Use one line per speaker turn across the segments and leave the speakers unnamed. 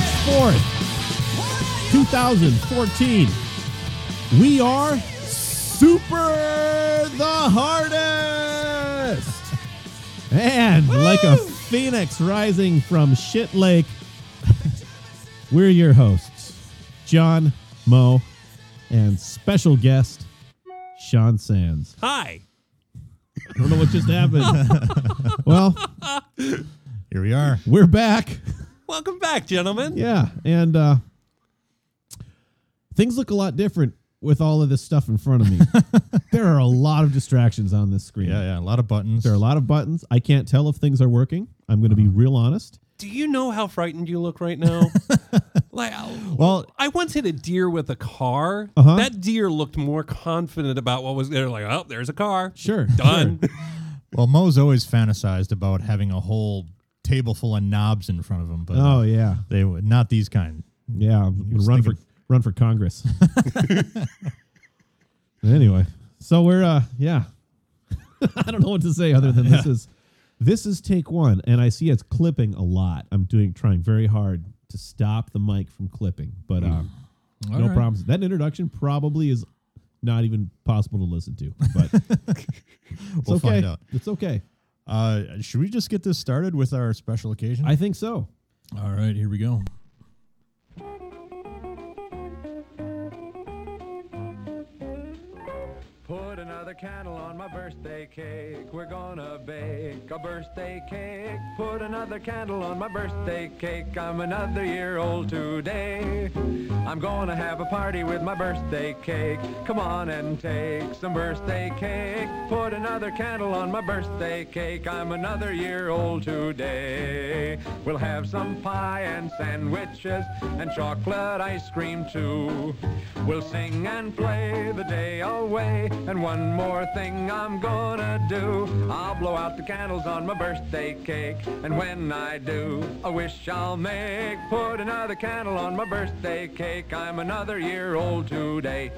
4th, 2014. We are Super the Hardest! And like a phoenix rising from shit lake, we're your hosts, John, Mo, and special guest, Sean Sands.
Hi.
I don't know what just happened. well,
Here we are.
we're back.
Welcome back, gentlemen.
Yeah, and uh, things look a lot different with all of this stuff in front of me. there are a lot of distractions on this screen.
Yeah, yeah. A lot of buttons. Uh-huh.
There are a lot of buttons. I can't tell if things are working. I'm going to be real honest.
Do you know how frightened you look right now? like, I-
Well-
I once hit a deer with a car.
Uh-huh.
That deer looked more confident about what was there. Like, oh, there's a car.
Sure.
Done.
well, Mo's always fantasized about having a whole table full of knobs in front of him, but uh,
Oh yeah,
they would not these kind.
yeah. I'm gonna
was
run for
thinking-
run for Congress. anyway, so we're uh yeah. I don't know what to say other than this is this is take one, and I see it's clipping a lot. I'm doing trying very hard to stop the mic from clipping, but
Mm.
um. no
Alright.
problems. That introduction probably is not even possible to listen to, but it's
We'll
okay.
find out.
It's okay.
Uh, should we just get this started with our special occasion?
I think so.
All right, here we go.
Put another candle on my birthday cake. We're gonna bake a birthday cake. Put another candle on my birthday cake. I'm another year old today. I'm gonna have a party with my birthday cake. Come on and take some birthday cake. Put another candle on my birthday cake. I'm another year old today. We'll have some pie and sandwiches and chocolate ice cream too. We'll sing and play the day away. And one more thing I'm gonna do. I'll blow out the candles on my birthday cake. And when I do, a wish I'll make. Put another candle on my birthday cake. I'm another year old today.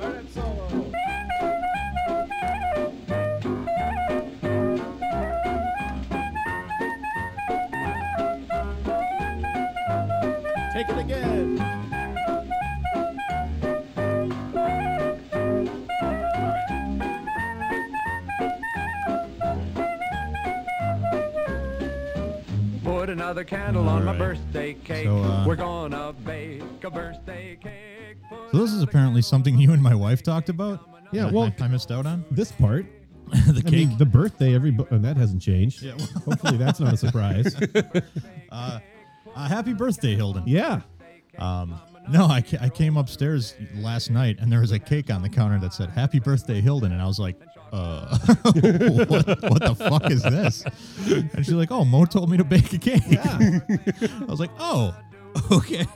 Take it again.
Put another candle on my
Alright.
birthday cake.
So, uh,
We're gonna bake a birthday cake. Put
So this is
another
apparently
candle on
something
my
you and my wife
birthday
talked
cake.
about.
I'm
Yeah,
that
well-
I, I missed out on
This part,
the
I mean, the birthday, every bu- and that hasn't changed.
Yeah.
Hopefully, that's not a surprise.
uh, happy birthday, Hilden.
yeah.
Um, no, I, ca- I came upstairs last night and there was a cake on the counter that said "Happy Birthday, Hilden," and I was like, "Uh, what, what the fuck is this?" And she's like, "Oh, Mo told me to bake a cake."
Yeah.
I was like, "Oh, okay."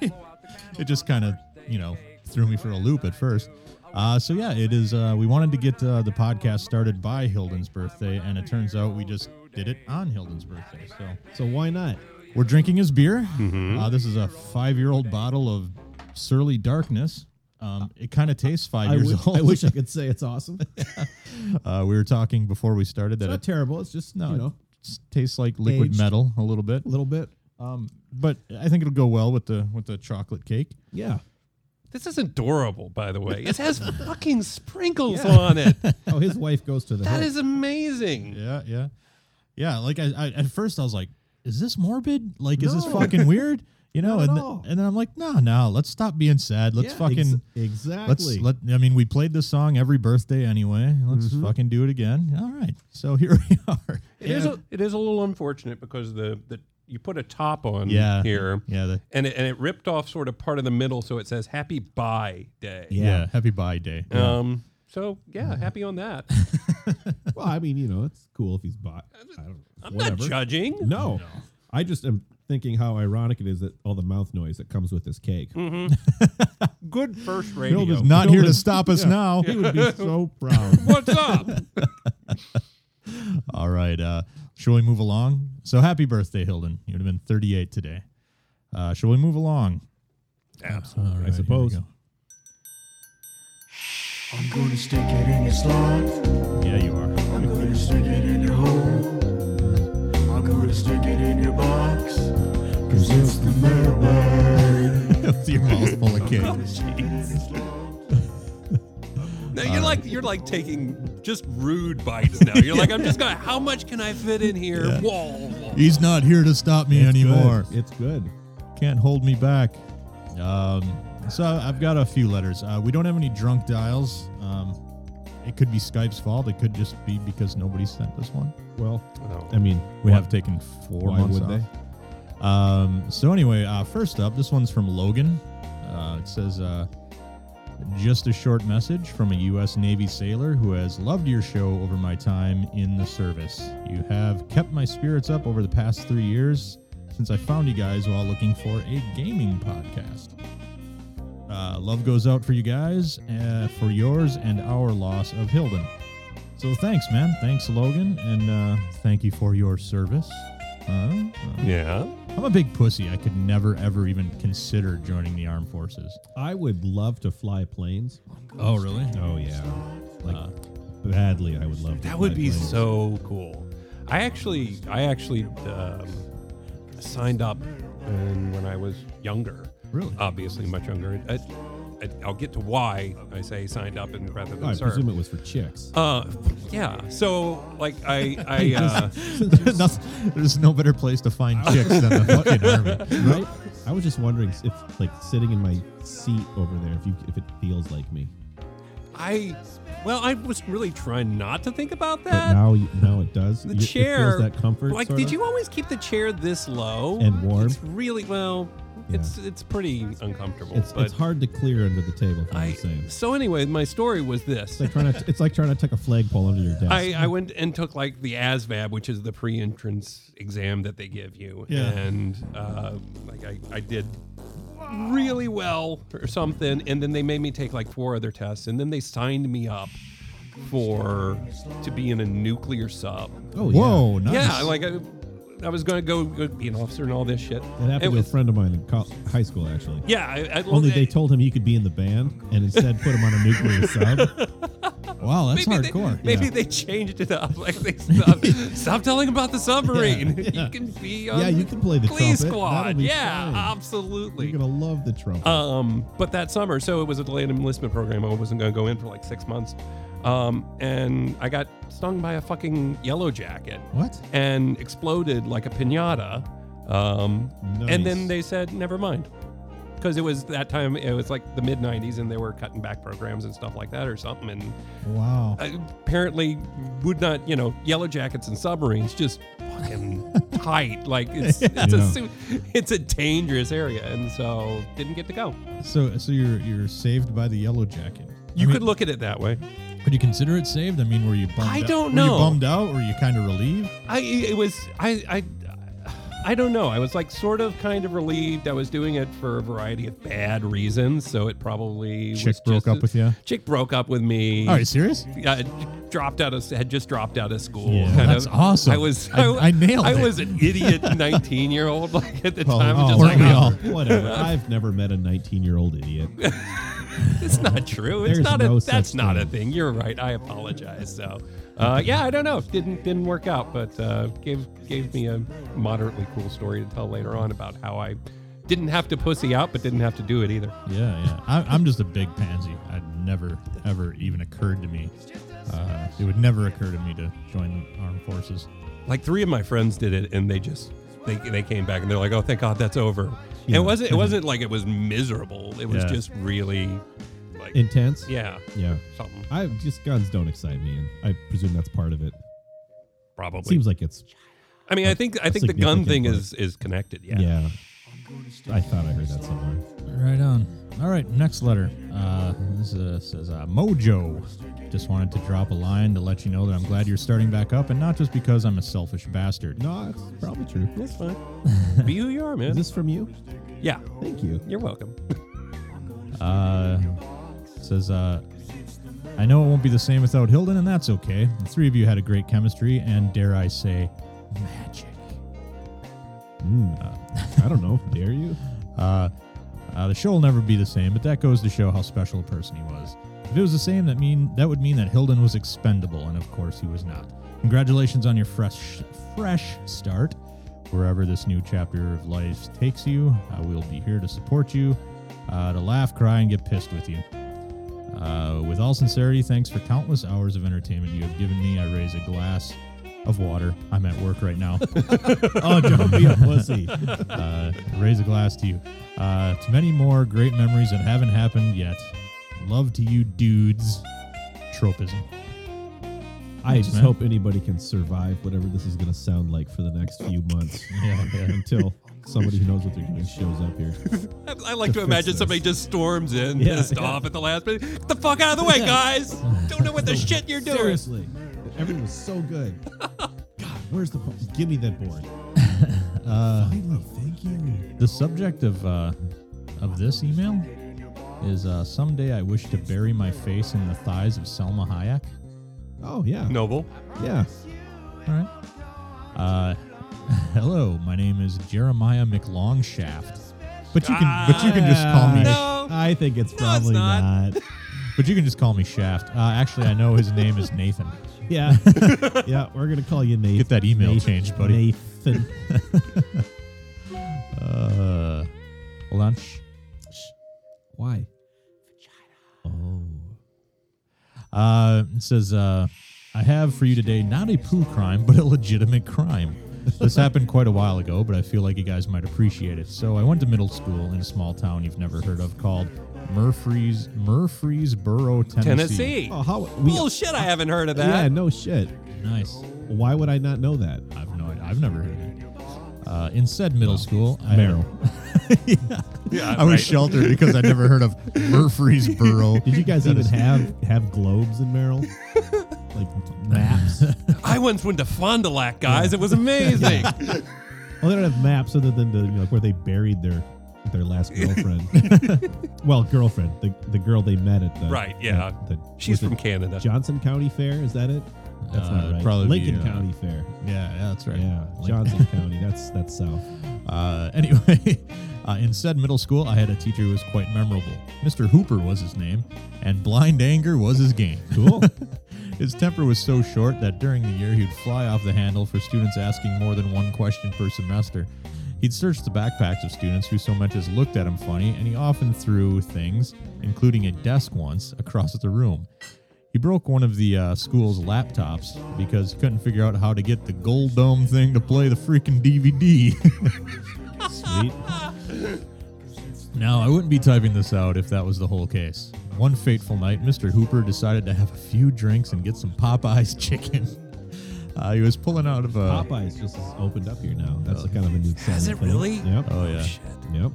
It just kind of, you know, threw me for a loop at first. Uh, so yeah, it is. Uh, we wanted to get uh, the podcast started by Hilden's birthday, and it turns out we just did it on Hilden's birthday. So.
So why not?
We're drinking his beer. Uh, this is a five-year-old bottle of Surly Darkness. Um, it kind of tastes five
I
years
wish-
old.
I wish I could say it's awesome. It's
uh, we were talking before we started that
not
it
terrible. It's just
no,
you know
it s- tastes like liquid
Aged.
metal a little bit.
a little bit.
Um, but I think it'll go well with the with the chocolate cake.
Yeah.
this is adorable, by the way. It has fucking sprinkles on it.
Oh, his wife goes to the.
That
hill.
is amazing.
Yeah, yeah, yeah. Like I, I at first I was like, is this morbid? Like, is this fucking weird? You know,
Not at
and
all.
and then I'm like, no, no, let's stop being sad. Let's
Yeah,
fucking
ex- exactly.
Let's let. I mean, we played this song every birthday anyway. Let's
Mm-hmm.
fucking do it again. All right. So here we are.
It is a, it is a little unfortunate because the, the you put a top on
Yeah.
here.
Yeah. The,
And it, and it ripped off sort of part of the middle, so it says "Happy Bye Day."
yeah. Happy bye day.
Um. So yeah, happy on that.
well, I mean, you know, it's cool if he's bought. I don't,
I'm
whatever.
not judging.
No. I just am thinking how ironic it is that all the mouth noise that comes with this cake.
Mm-hmm. Good first radio.
Bill is
Not here to
Nolan-
stop us now.
He would be so proud.
What's up?
All right. Uh, shall we move along? So happy birthday, Hilden. You would have been 38 today. Uh, shall we move along? Absolutely.
I suppose.
I'm gonna stick it in your slot.
Yeah, you are.
I'm gonna stick it in your hole. I'm gonna stick it in your box. Cause it's the mailbag.
your mouth full of cake.
No, you're like you're like taking just rude bites now. You're like, I'm just gonna. How much can I fit in here?
Yeah.
Whoa, whoa.
He's not here to stop me
It's good.
anymore.
It's good.
Can't hold me back. Um, so I've got a few letters. Uh, we don't have any drunk dials. Um, it could be Skype's fault. It could just be because nobody sent us one.
Well,
No.
I mean,
We
why-
have taken four
Why
months
would
off.
they?
Um, so anyway, uh, first up, this one's from Logan. Uh, it says, uh, "Just a short message from a U.S. Navy sailor who has loved your show over my time in the service. You have kept my spirits up over the past three years since I found you guys while looking for a gaming podcast. Uh, love goes out for you guys, uh, for yours and our loss of Hilden. So thanks, man. Thanks, Logan, and uh, thank you for your service." Uh, uh,
Yeah.
I'm a big pussy. I could never, ever even consider joining the armed forces.
I would love to fly planes.
Oh, really?
Oh yeah, like badly. I would love. To
That would
fly
be
planes.
so cool. I actually, I actually um, signed up and when I was younger.
Really?
Obviously, much younger. I, I, I'll get to why I say signed up and rather than
I
served.
presume it was for chicks.
Uh, yeah. So, like, I, I, uh,
There's no better place to find chicks than the fucking army.
right? I was just wondering if, like, sitting in my seat over there, if you if it feels like me.
I, well, I was really trying not to think about
But
that.
now, you- now it does.
Uh, the
You- it feels
chair,
that comfort.
Like,
sort
did
of.
you always keep the chair this low
And warm?
It's really well.
Yeah.
It's it's pretty uncomfortable.
It's,
but
it's hard to clear under the table. If I'm
I,
the same. It's
so anyway, my story was this.
like trying to. It's like trying to tuck a flagpole under your desk.
I, I went and took like the ASVAB, which is the pre-entrance exam that they give you,
Yeah.
and uh, like I, I did really well or something, and then they made me take like four other tests, and then they signed me up for to be in a nuclear sub.
oh yeah.
Whoa, nice.
Yeah, like I, I was gonna go, go be an officer and all this shit.
That happened
It
to a
was-
friend of mine in col- high school, actually.
yeah, I, I,
Only
I-
they told him he could be in the band, and instead put him on a nuclear sub.
wow, that's
maybe
hardcore.
They, maybe
Yeah.
they changed it up. Like they stopped, stop telling about the submarine.
Yeah, yeah.
You can be on
Yeah, you can play the
Glee
trumpet. That'll
Squad.
be
Yeah,
fine.
absolutely.
You're gonna love the trumpet.
Um, but that summer, so it was a delayed enlistment program. I wasn't going to go in for like six months. Um, and I got stung by a fucking yellow jacket
what?
and exploded like a pinata. Um,
Nice.
And then they said, never mind. Because it was that time, it was like the mid 90s, and they were cutting back programs and stuff like that or something. And
Wow.
apparently would not, you know, yellow jackets and submarines just fucking tight. Like it's it's
Yeah.
a su- it's a dangerous area, and so didn't get to go.
So, so you're you're saved by the yellow jacket.
You
I mean,
could look at it that way.
Would you consider it saved? I mean, were you bummed?
I
out-
don't
Were you
know.
bummed out? Were you kind of relieved?
I it was I I. I don't know. I was like sort of kind of relieved. I was doing it for a variety of bad reasons, so it probably
Chick
was
broke
just-
up with you?
Chick broke up with me.
Are you serious?
uh, dropped out of had just dropped out of school.
Yeah.
kind
That's
of.
awesome.
I was
I- I nailed
I
it.
was an idiot nineteen year old like at the
Well,
time.
oh,
just
weren't
like,
we
"Oh,
all?
Whatever. I've never met a 19 year old idiot.
it's not true. It's
There's
not
no
a
such
that's not a
thing.
thing. You're right. I apologize. So uh, yeah, I don't know. Didn't didn't work out, but uh, gave gave me a moderately cool story to tell later on about how I didn't have to pussy out, but didn't have to do it either.
Yeah, yeah. I, I'm just a big pansy. I'd never, ever even occurred to me. Uh, it would never occur to me to join the armed forces.
like three of my friends did it and they just they, they came back and they're like oh thank god that's over And
Yeah. Mm-hmm.
it wasn't it wasn't like it was miserable it was
Yeah.
just really like
Intense.
yeah
Yeah.
something
I just guns don't excite me, and I presume that's part of it.
probably
Seems like it's
i mean i think i think the gun
significant
thing
part.
is is connected yeah,
yeah. I thought I heard that somewhere.
Right on. All right, next letter. Uh, this uh, says uh, Mojo. Just wanted to drop a line to let you know that I'm glad you're starting back up, and not just because I'm a selfish bastard.
No, it's probably true.
that's fine be who you are man
Is this from you?
yeah
Thank you.
you're welcome
Uh, says, uh, I know it won't be the same without Hilden, and that's okay. The three of you had a great chemistry, and dare I say, magic. Hmm,
I don't know. Dare you?
Uh, uh, the show will never be the same, but that goes to show how special a person he was. If it was the same, that mean that would mean that Hilden was expendable, and of course he was not. Congratulations on your fresh, fresh start. Wherever this new chapter of life takes you, I will be here to support you. uh, to laugh, cry, and get pissed with you. Uh, with all sincerity, thanks for countless hours of entertainment you have given me. I raise a glass of water. I'm at work right now.
Oh, don't be a pussy.
uh, raise a glass to you. Uh, to many more great memories that haven't happened yet. Love to you, dudes. Tropism.
I
Thanks,
just
man.
hope anybody can survive whatever this is going to sound like for the next few months
Yeah, yeah.
until somebody who knows what they're doing shows up here.
I, I like to imagine somebody just storms in,
Yeah,
pissed
yeah.
off at the last minute. Get the fuck out of the way, guys! Don't know what the shit you're doing.
Seriously, everything was so good. God, where's the po- give me that board? Finally, thank you.
The subject of uh, of this email is uh, someday I wish to bury my face in the thighs of Selma Hayek.
Oh yeah,
Noble.
yeah.
All right. Uh, hello, my name is Jeremiah McLongshaft, but you can but you can just call me
Ah, No.
I think it's
it's
probably
not.
not.
but you can just call me Shaft. Uh, actually, I know his name is Nathan.
Yeah, yeah. We're gonna call you Nathan.
Get that email
Nathan,
changed, buddy.
Nathan.
Uh, hold on. Shh.
Why?
Uh, it says, uh, I have for you today not a poo crime, but a legitimate crime. This happened quite a while ago, but I feel like you guys might appreciate it. So I went to middle school in a small town you've never heard of called Murfrees, Murfreesboro, Tennessee.
Tennessee.
Oh, how we?
Bullshit, I haven't heard of
yeah,
that.
no shit.
Nice.
Why would I not know that?
I've no idea. I've never heard of it. Uh, in said middle school, I,
Merrill.
Yeah,
I was
right.
sheltered because I'd never heard of Murfreesboro.
Did you guys
That
even
is-
have have globes in Merrill? like maps?
I once went to Fond du Lac, guys. It was amazing.
Well, they don't have maps other than the, you know, like where they buried their their last girlfriend. well, girlfriend, the the girl they met at the
Right, yeah.
at the-
She's
was it
from Canada.
Johnson County Fair. Is that it? That's
Uh,
not right.
probably,
Lincoln
uh,
County Fair.
Yeah, yeah, that's right.
Yeah,
Like-
Johnson County. That's that's south.
Uh, anyway, uh, in said middle school, I had a teacher who was quite memorable. Mr. Hooper was his name, and blind anger was his game. Cool. his temper was so short that during the year he'd fly off the handle for students asking more than one question per semester. He'd search the backpacks of students who so much as looked at him funny, and he often threw things, including a desk once, across the room. He broke one of the uh, school's laptops because he couldn't figure out how to get the gold dome thing to play the freaking DVD.
Sweet.
Now, I wouldn't be typing this out if that was the whole case. One fateful night, Mr. Hooper decided to have a few drinks and get some Popeye's chicken. Uh, he was pulling out of a.
Popeyes just has opened up here now. That's kind of a new.
Has
exciting
it
thing.
really?
Yep.
Oh, yeah.
Yep.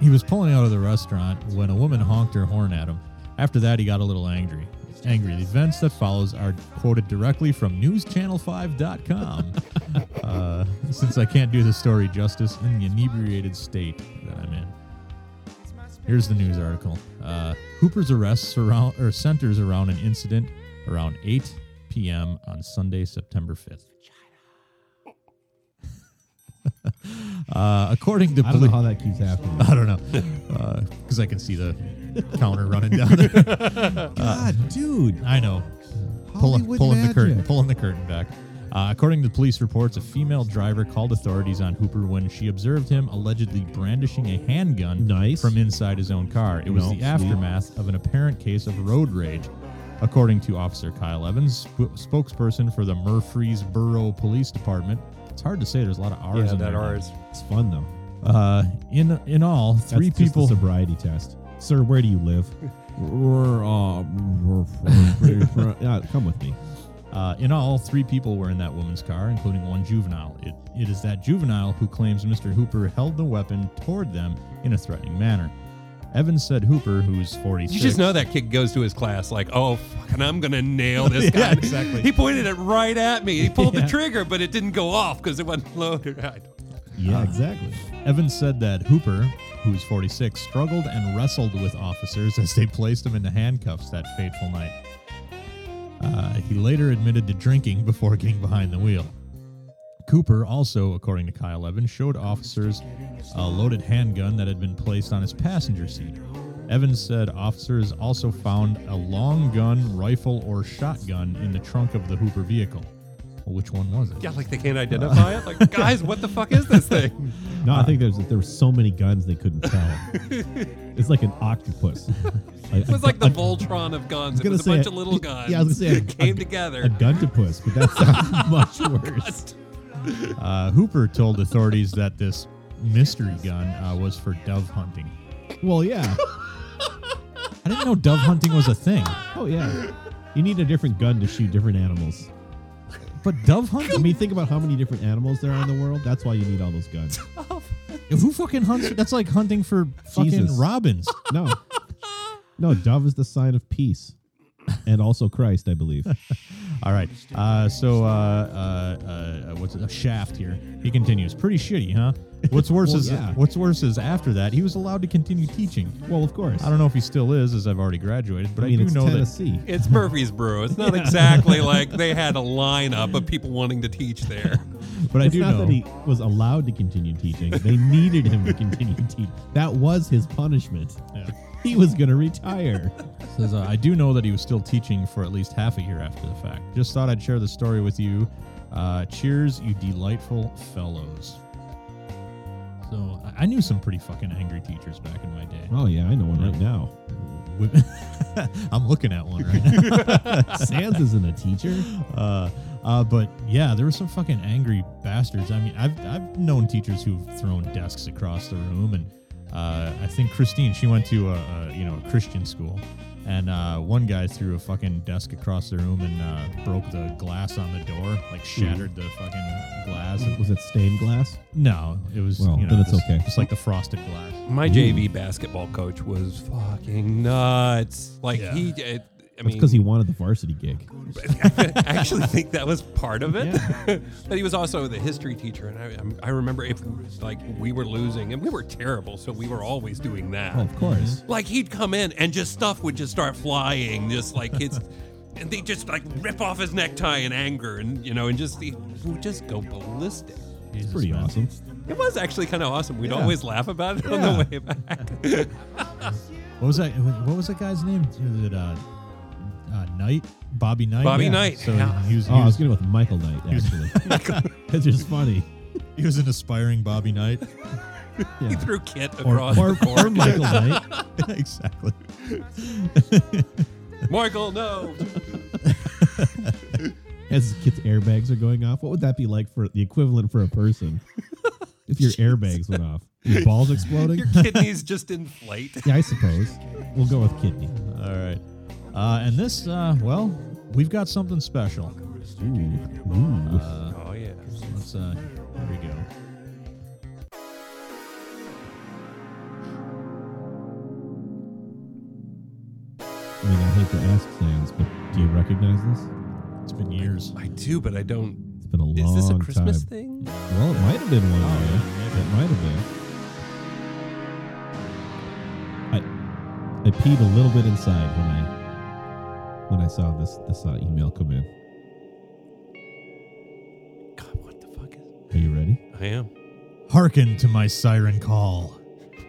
He was pulling out of the restaurant when a woman honked her horn at him. After that, he got a little angry. Angry. The events that follows are quoted directly from newschannel5.com. uh, since I can't do the story justice in the inebriated state that I'm in. Here's the news article. Uh, Hooper's arrest surround, or centers around an incident around 8 p.m. on Sunday, September 5th. uh, according to
I don't know
police.
how that keeps happening.
I don't know, because I can see the counter running down.
God, dude.
I know. Pulling,
Hollywood
pulling the curtain,
magic.
pulling the curtain back. Uh, according to police reports, a female driver called authorities on Hooper when she observed him allegedly brandishing a handgun
Nice.
from inside his own car. It was
No,
the
sweet.
aftermath of an apparent case of road rage, according to Officer Kyle Evans, sp- spokesperson for the Murfreesboro Police Department. It's hard to say. There's a lot of R's
yeah,
in
that
there.
ours.
It's fun though.
Uh, in in all,
That's
three
just a
people.
sobriety test. Sir, where do you live? uh, Yeah, Come with me.
Uh, in all, three people were in that woman's car, including one juvenile. It, it is that juvenile who claims Mr. Hooper held the weapon toward them in a threatening manner. Evans said Hooper, who's 46.
You just know that kid goes to his class like, oh, fucking, I'm going to nail this guy.
Yeah, exactly.
He pointed it right at me. He pulled
Yeah.
the trigger, but it didn't go off because it wasn't loaded. I don't-
Yeah, exactly.
Evans said that Hooper, who's 46, struggled and wrestled with officers as they placed him into handcuffs that fateful night. Uh, he later admitted to drinking before getting behind the wheel. Cooper also, according to Kyle Evans, showed officers a loaded handgun that had been placed on his passenger seat. Evans said officers also found a long gun, rifle, or shotgun in the trunk of the Hooper vehicle. Well, which one was it?
Yeah, like they can't identify it. Like, guys, what the fuck is this thing?
No, I think there's there were so many guns they couldn't tell. it's like an octopus.
It was like the Voltron of guns. It
gonna
was a
say
bunch
a-
of little guns.
yeah, I was gonna say a-
that came
a-
together.
a guntopus, but that sounds much worse.
Uh, Hooper told authorities that this mystery gun uh, was for dove hunting.
Well, yeah.
I didn't know dove hunting was a thing,
Oh yeah. You need a different gun to shoot different animals.
but dove
I
hunting.
mean, think about how many different animals there are in the world. That's why you need all those guns.
Who fucking hunts? That's like hunting for fucking
Jesus.
robins.
No. No, dove is the sign of peace. And also Christ, I believe.
All right. Uh, so, uh, uh, uh, what's it? a shaft here? He continues. Pretty shitty, huh? What's worse
Well,
is
yeah.
what's worse is after that he was allowed to continue teaching.
Well, of course.
I don't know if he still is, as I've already graduated, but I,
I mean,
do
it's
know that
Tennessee.
It's Murfreesboro. It's not exactly like they had a lineup of people wanting to teach there.
But I
it's
do
not
know.
that he was allowed to continue teaching. They needed him to continue teaching. That was his punishment.
Yeah.
He was going to retire.
Says, uh, I do know that he was still teaching for at least half a year after the fact. Just thought I'd share the story with you. Uh, cheers, you delightful fellows. So I- I knew some pretty fucking angry teachers back in my day.
Oh yeah, I know one right now.
Wi- I'm looking at one right now.
Sands isn't a teacher.
Uh, uh, but yeah, there were some fucking angry bastards. I mean, I've, I've known teachers who've thrown desks across the room, and uh, I think Christine, she went to a, a you know a Christian school, and uh, one guy threw a fucking desk across the room and uh, broke the glass on the door, like shattered the fucking glass.
Was it stained glass?
No, it was
Well,
you know
then it's
just-
okay.
just like the frosted glass.
My JV basketball coach was fucking nuts. Like
Yeah.
he, it, I
That's
mean,
because he wanted the varsity gig.
I actually think that was part of it. but he was also the history teacher, and I, I'm- I remember if like we were losing, and we were terrible, so we were always doing that.
Oh, of course.
Like he'd come in and just stuff would just start flying, just like his, and they just like rip off his necktie in anger, and you know, and just he would just go ballistic.
It's pretty awesome.
It was actually kind of awesome. We'd
Yeah.
always laugh about it on
Yeah.
the way back.
What was that? What was that guy's name? Was it uh, uh, Knight? Bobby Knight.
Bobby Knight,
So
yeah.
he was. He
Oh, I was
was,
gonna go with Michael Knight actually. That's just funny.
he was an aspiring Bobby Knight.
He
Yeah.
threw Kit
Or,
across
or,
the court.
or Michael Knight.
exactly.
Michael, no.
As kids' airbags are going off, what would that be like for the equivalent for a person? If your airbags went off, your balls exploding.
Your kidneys just inflate.
Yeah, I suppose. We'll go with kidney.
All right. Uh, and this, uh, well, we've got something special.
Ooh, ooh.
Oh yeah.
Let's. Uh, here we go.
I mean, I hate to ask Sans, but do you recognize this?
It's been years.
I do, but I don't.
It's been a long
Is
time.
this a Christmas thing?
Well, it might have been one.
Oh,
yeah.
yeah,
It might have been. I I peed a little bit inside when I when I saw this this uh, email come in.
God, what the fuck is?
Are you ready?
I am.
Hearken to my siren call.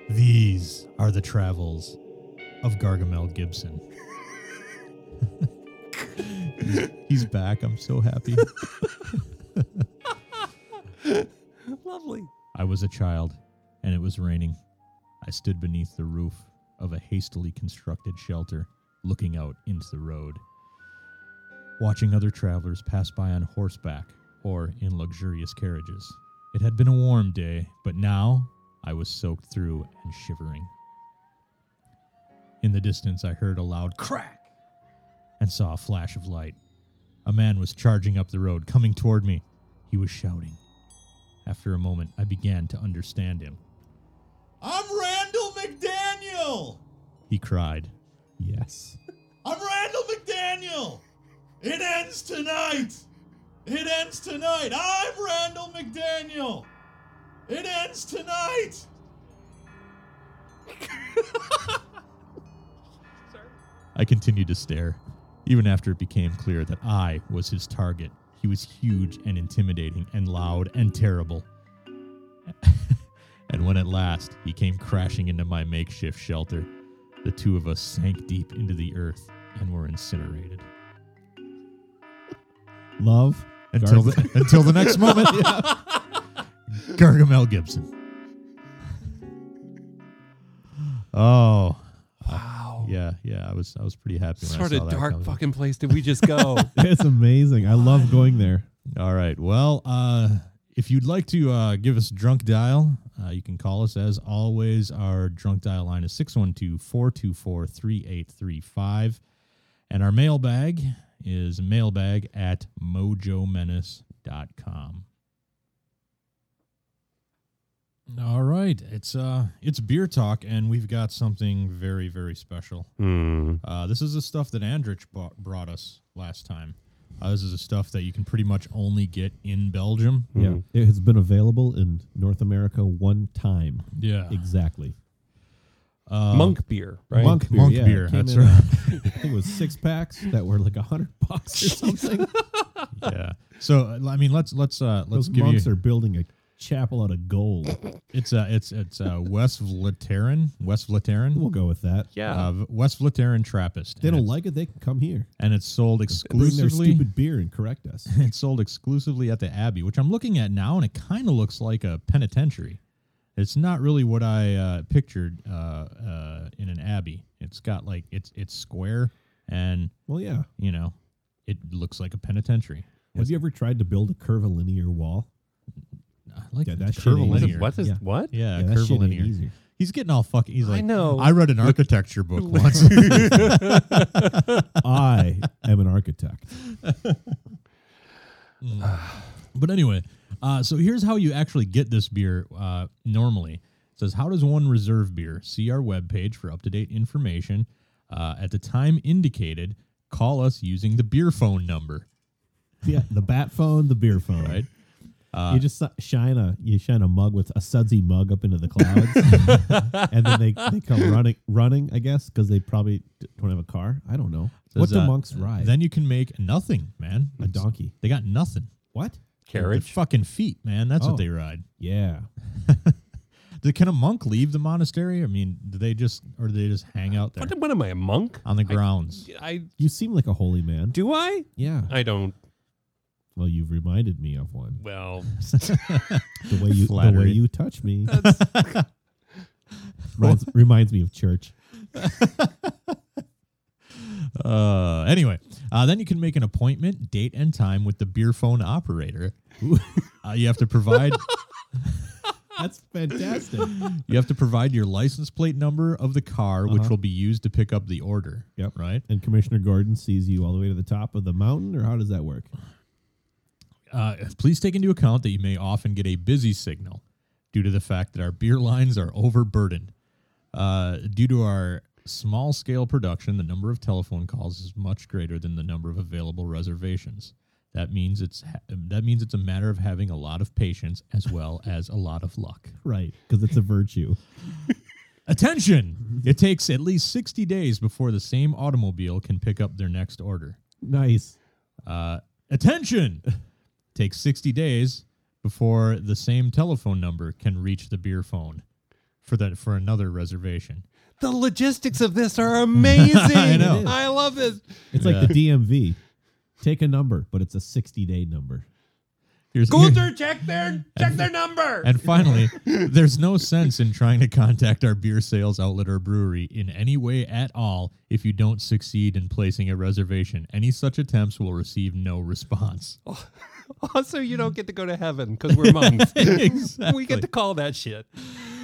These are the travels of Gargamel Gibson. He's back. I'm so happy.
Lovely.
I was a child, and it was raining. I stood beneath the roof of a hastily constructed shelter, looking out into the road, watching other travelers pass by on horseback or in luxurious carriages. It had been a warm day, but now I was soaked through and shivering. In the distance, I heard a loud crack and saw a flash of light. A man was charging up the road, coming toward me. He was shouting. After a moment, I began to understand him.
I'm Randall McDaniel.
He cried.
Yes.
I'm Randall McDaniel. It ends tonight. It ends tonight. I'm Randall McDaniel. It ends tonight.
I continued to stare, even after it became clear that I was his target. He was huge and intimidating and loud and terrible. and when at last he came crashing into my makeshift shelter, the two of us sank deep into the earth and were incinerated.
Love
until the, until the next moment. Gargamel Gibson. Oh
Wow.
yeah, yeah. I was I was pretty happy. When
Sort
I
of
saw that
dark
coming.
fucking place did we just go?
it's amazing. I love going there.
All right. Well, uh, if you'd like to uh, give us drunk dial, uh, you can call us as always. Our drunk dial line is 612 424 3835. And our mailbag is mailbag at mojomenace.com. All right. It's uh it's beer talk and we've got something very very special.
Hmm.
Uh, this is the stuff that Andrich bought, brought us last time. Uh, this is the stuff that you can pretty much only get in Belgium.
Yeah, it has been available in North America one time
Yeah.
exactly.
Uh,
Monk beer, right?
Monk beer.
Monk
yeah,
beer,
it came
that's
in,
right.
uh, I think it was six packs that were like a hundred bucks or something.
Yeah. So uh, I mean, let's let's uh, let's
Those
give
monks
you.
are building a chapel out of gold.
it's uh, it's it's uh, West Vlateran. West Vlateran.
We'll go with that.
Yeah.
Uh, v- West Vlateran Trappist.
They
and
don't
it's-
like it. They can come here.
And it's sold
Bring their
exclusively.
stupid beer and correct us.
It's sold exclusively at the Abbey, which I'm looking at now, and it kind of looks like a penitentiary. It's not really what I uh, pictured uh, uh, in an abbey. It's got like it's it's square, and
Well, yeah.
you know, it looks like a penitentiary.
Have you ever tried to build a curvilinear wall?
I like
Yeah,
the
that shit ain't
What is-
linear.
curvilinear.
what is
Yeah.
what?
Yeah,
Yeah, that shit ain't
curvilinear.
easy.
He's getting all fucking. He's
I
like,
know.
I read an architecture book once.
I am an architect.
But anyway, uh, so here's how you actually get this beer uh, normally. It says, How does one reserve beer? See our webpage for up to date information. Uh, at the time indicated, call us using the beer phone number.
Yeah, the bat phone, the beer phone.
Right. Uh,
you just si- shine a you shine a mug with a sudsy mug up into the clouds, and then they, they come running running. I guess because they probably d- don't have a car. I don't know
Says,
what do
uh,
monks ride.
Then you can make nothing, man.
a donkey.
They got nothing.
What?
Their
Carriage.
fucking feet, man. That's
Oh.
what they ride.
Yeah,
Do- Can a monk leave the monastery? I mean, do they just, or do they just hang out there Uh,
What, what am I, a monk?
on the grounds?
I
you seem like a holy man.
do I?
yeah.
I don't.
Well, you've reminded me of one.
Well,
The way you the way
Flattery.
you touch me reminds, reminds me of church.
Uh, anyway, uh, then you can make an appointment, date, and time with the beer phone operator. uh, you have to provide
That's fantastic.
you have to provide your license plate number of the car, which will be used to pick up the order.
Yep.
Right.
And Commissioner Gordon sees you all the way to the top of the mountain, or how does that work?
Uh, please take into account that you may often get a busy signal due to the fact that our beer lines are overburdened. Uh, due to our small scale production, the number of telephone calls is much greater than the number of available reservations. That means it's ha- that means it's a matter of having a lot of patience as well as a lot of luck.
Right, because it's a virtue.
Attention! It takes at least 60 days before the same automobile can pick up their next order.
Nice.
Uh, attention! Takes 60 days before the same telephone number can reach the beer phone for that for another reservation.
the logistics of this are amazing.
I know.
It is.
I love this.
It's like the DMV. Take a number, but it's a 60 day number.
Here's
Go through, check their check their number.
And finally, there's no sense in trying to contact our beer sales outlet or brewery in any way at all if you don't succeed in placing a reservation. Any such attempts will receive no response.
Also, you don't get to go to heaven because we're monks.
exactly.
We get to call that shit.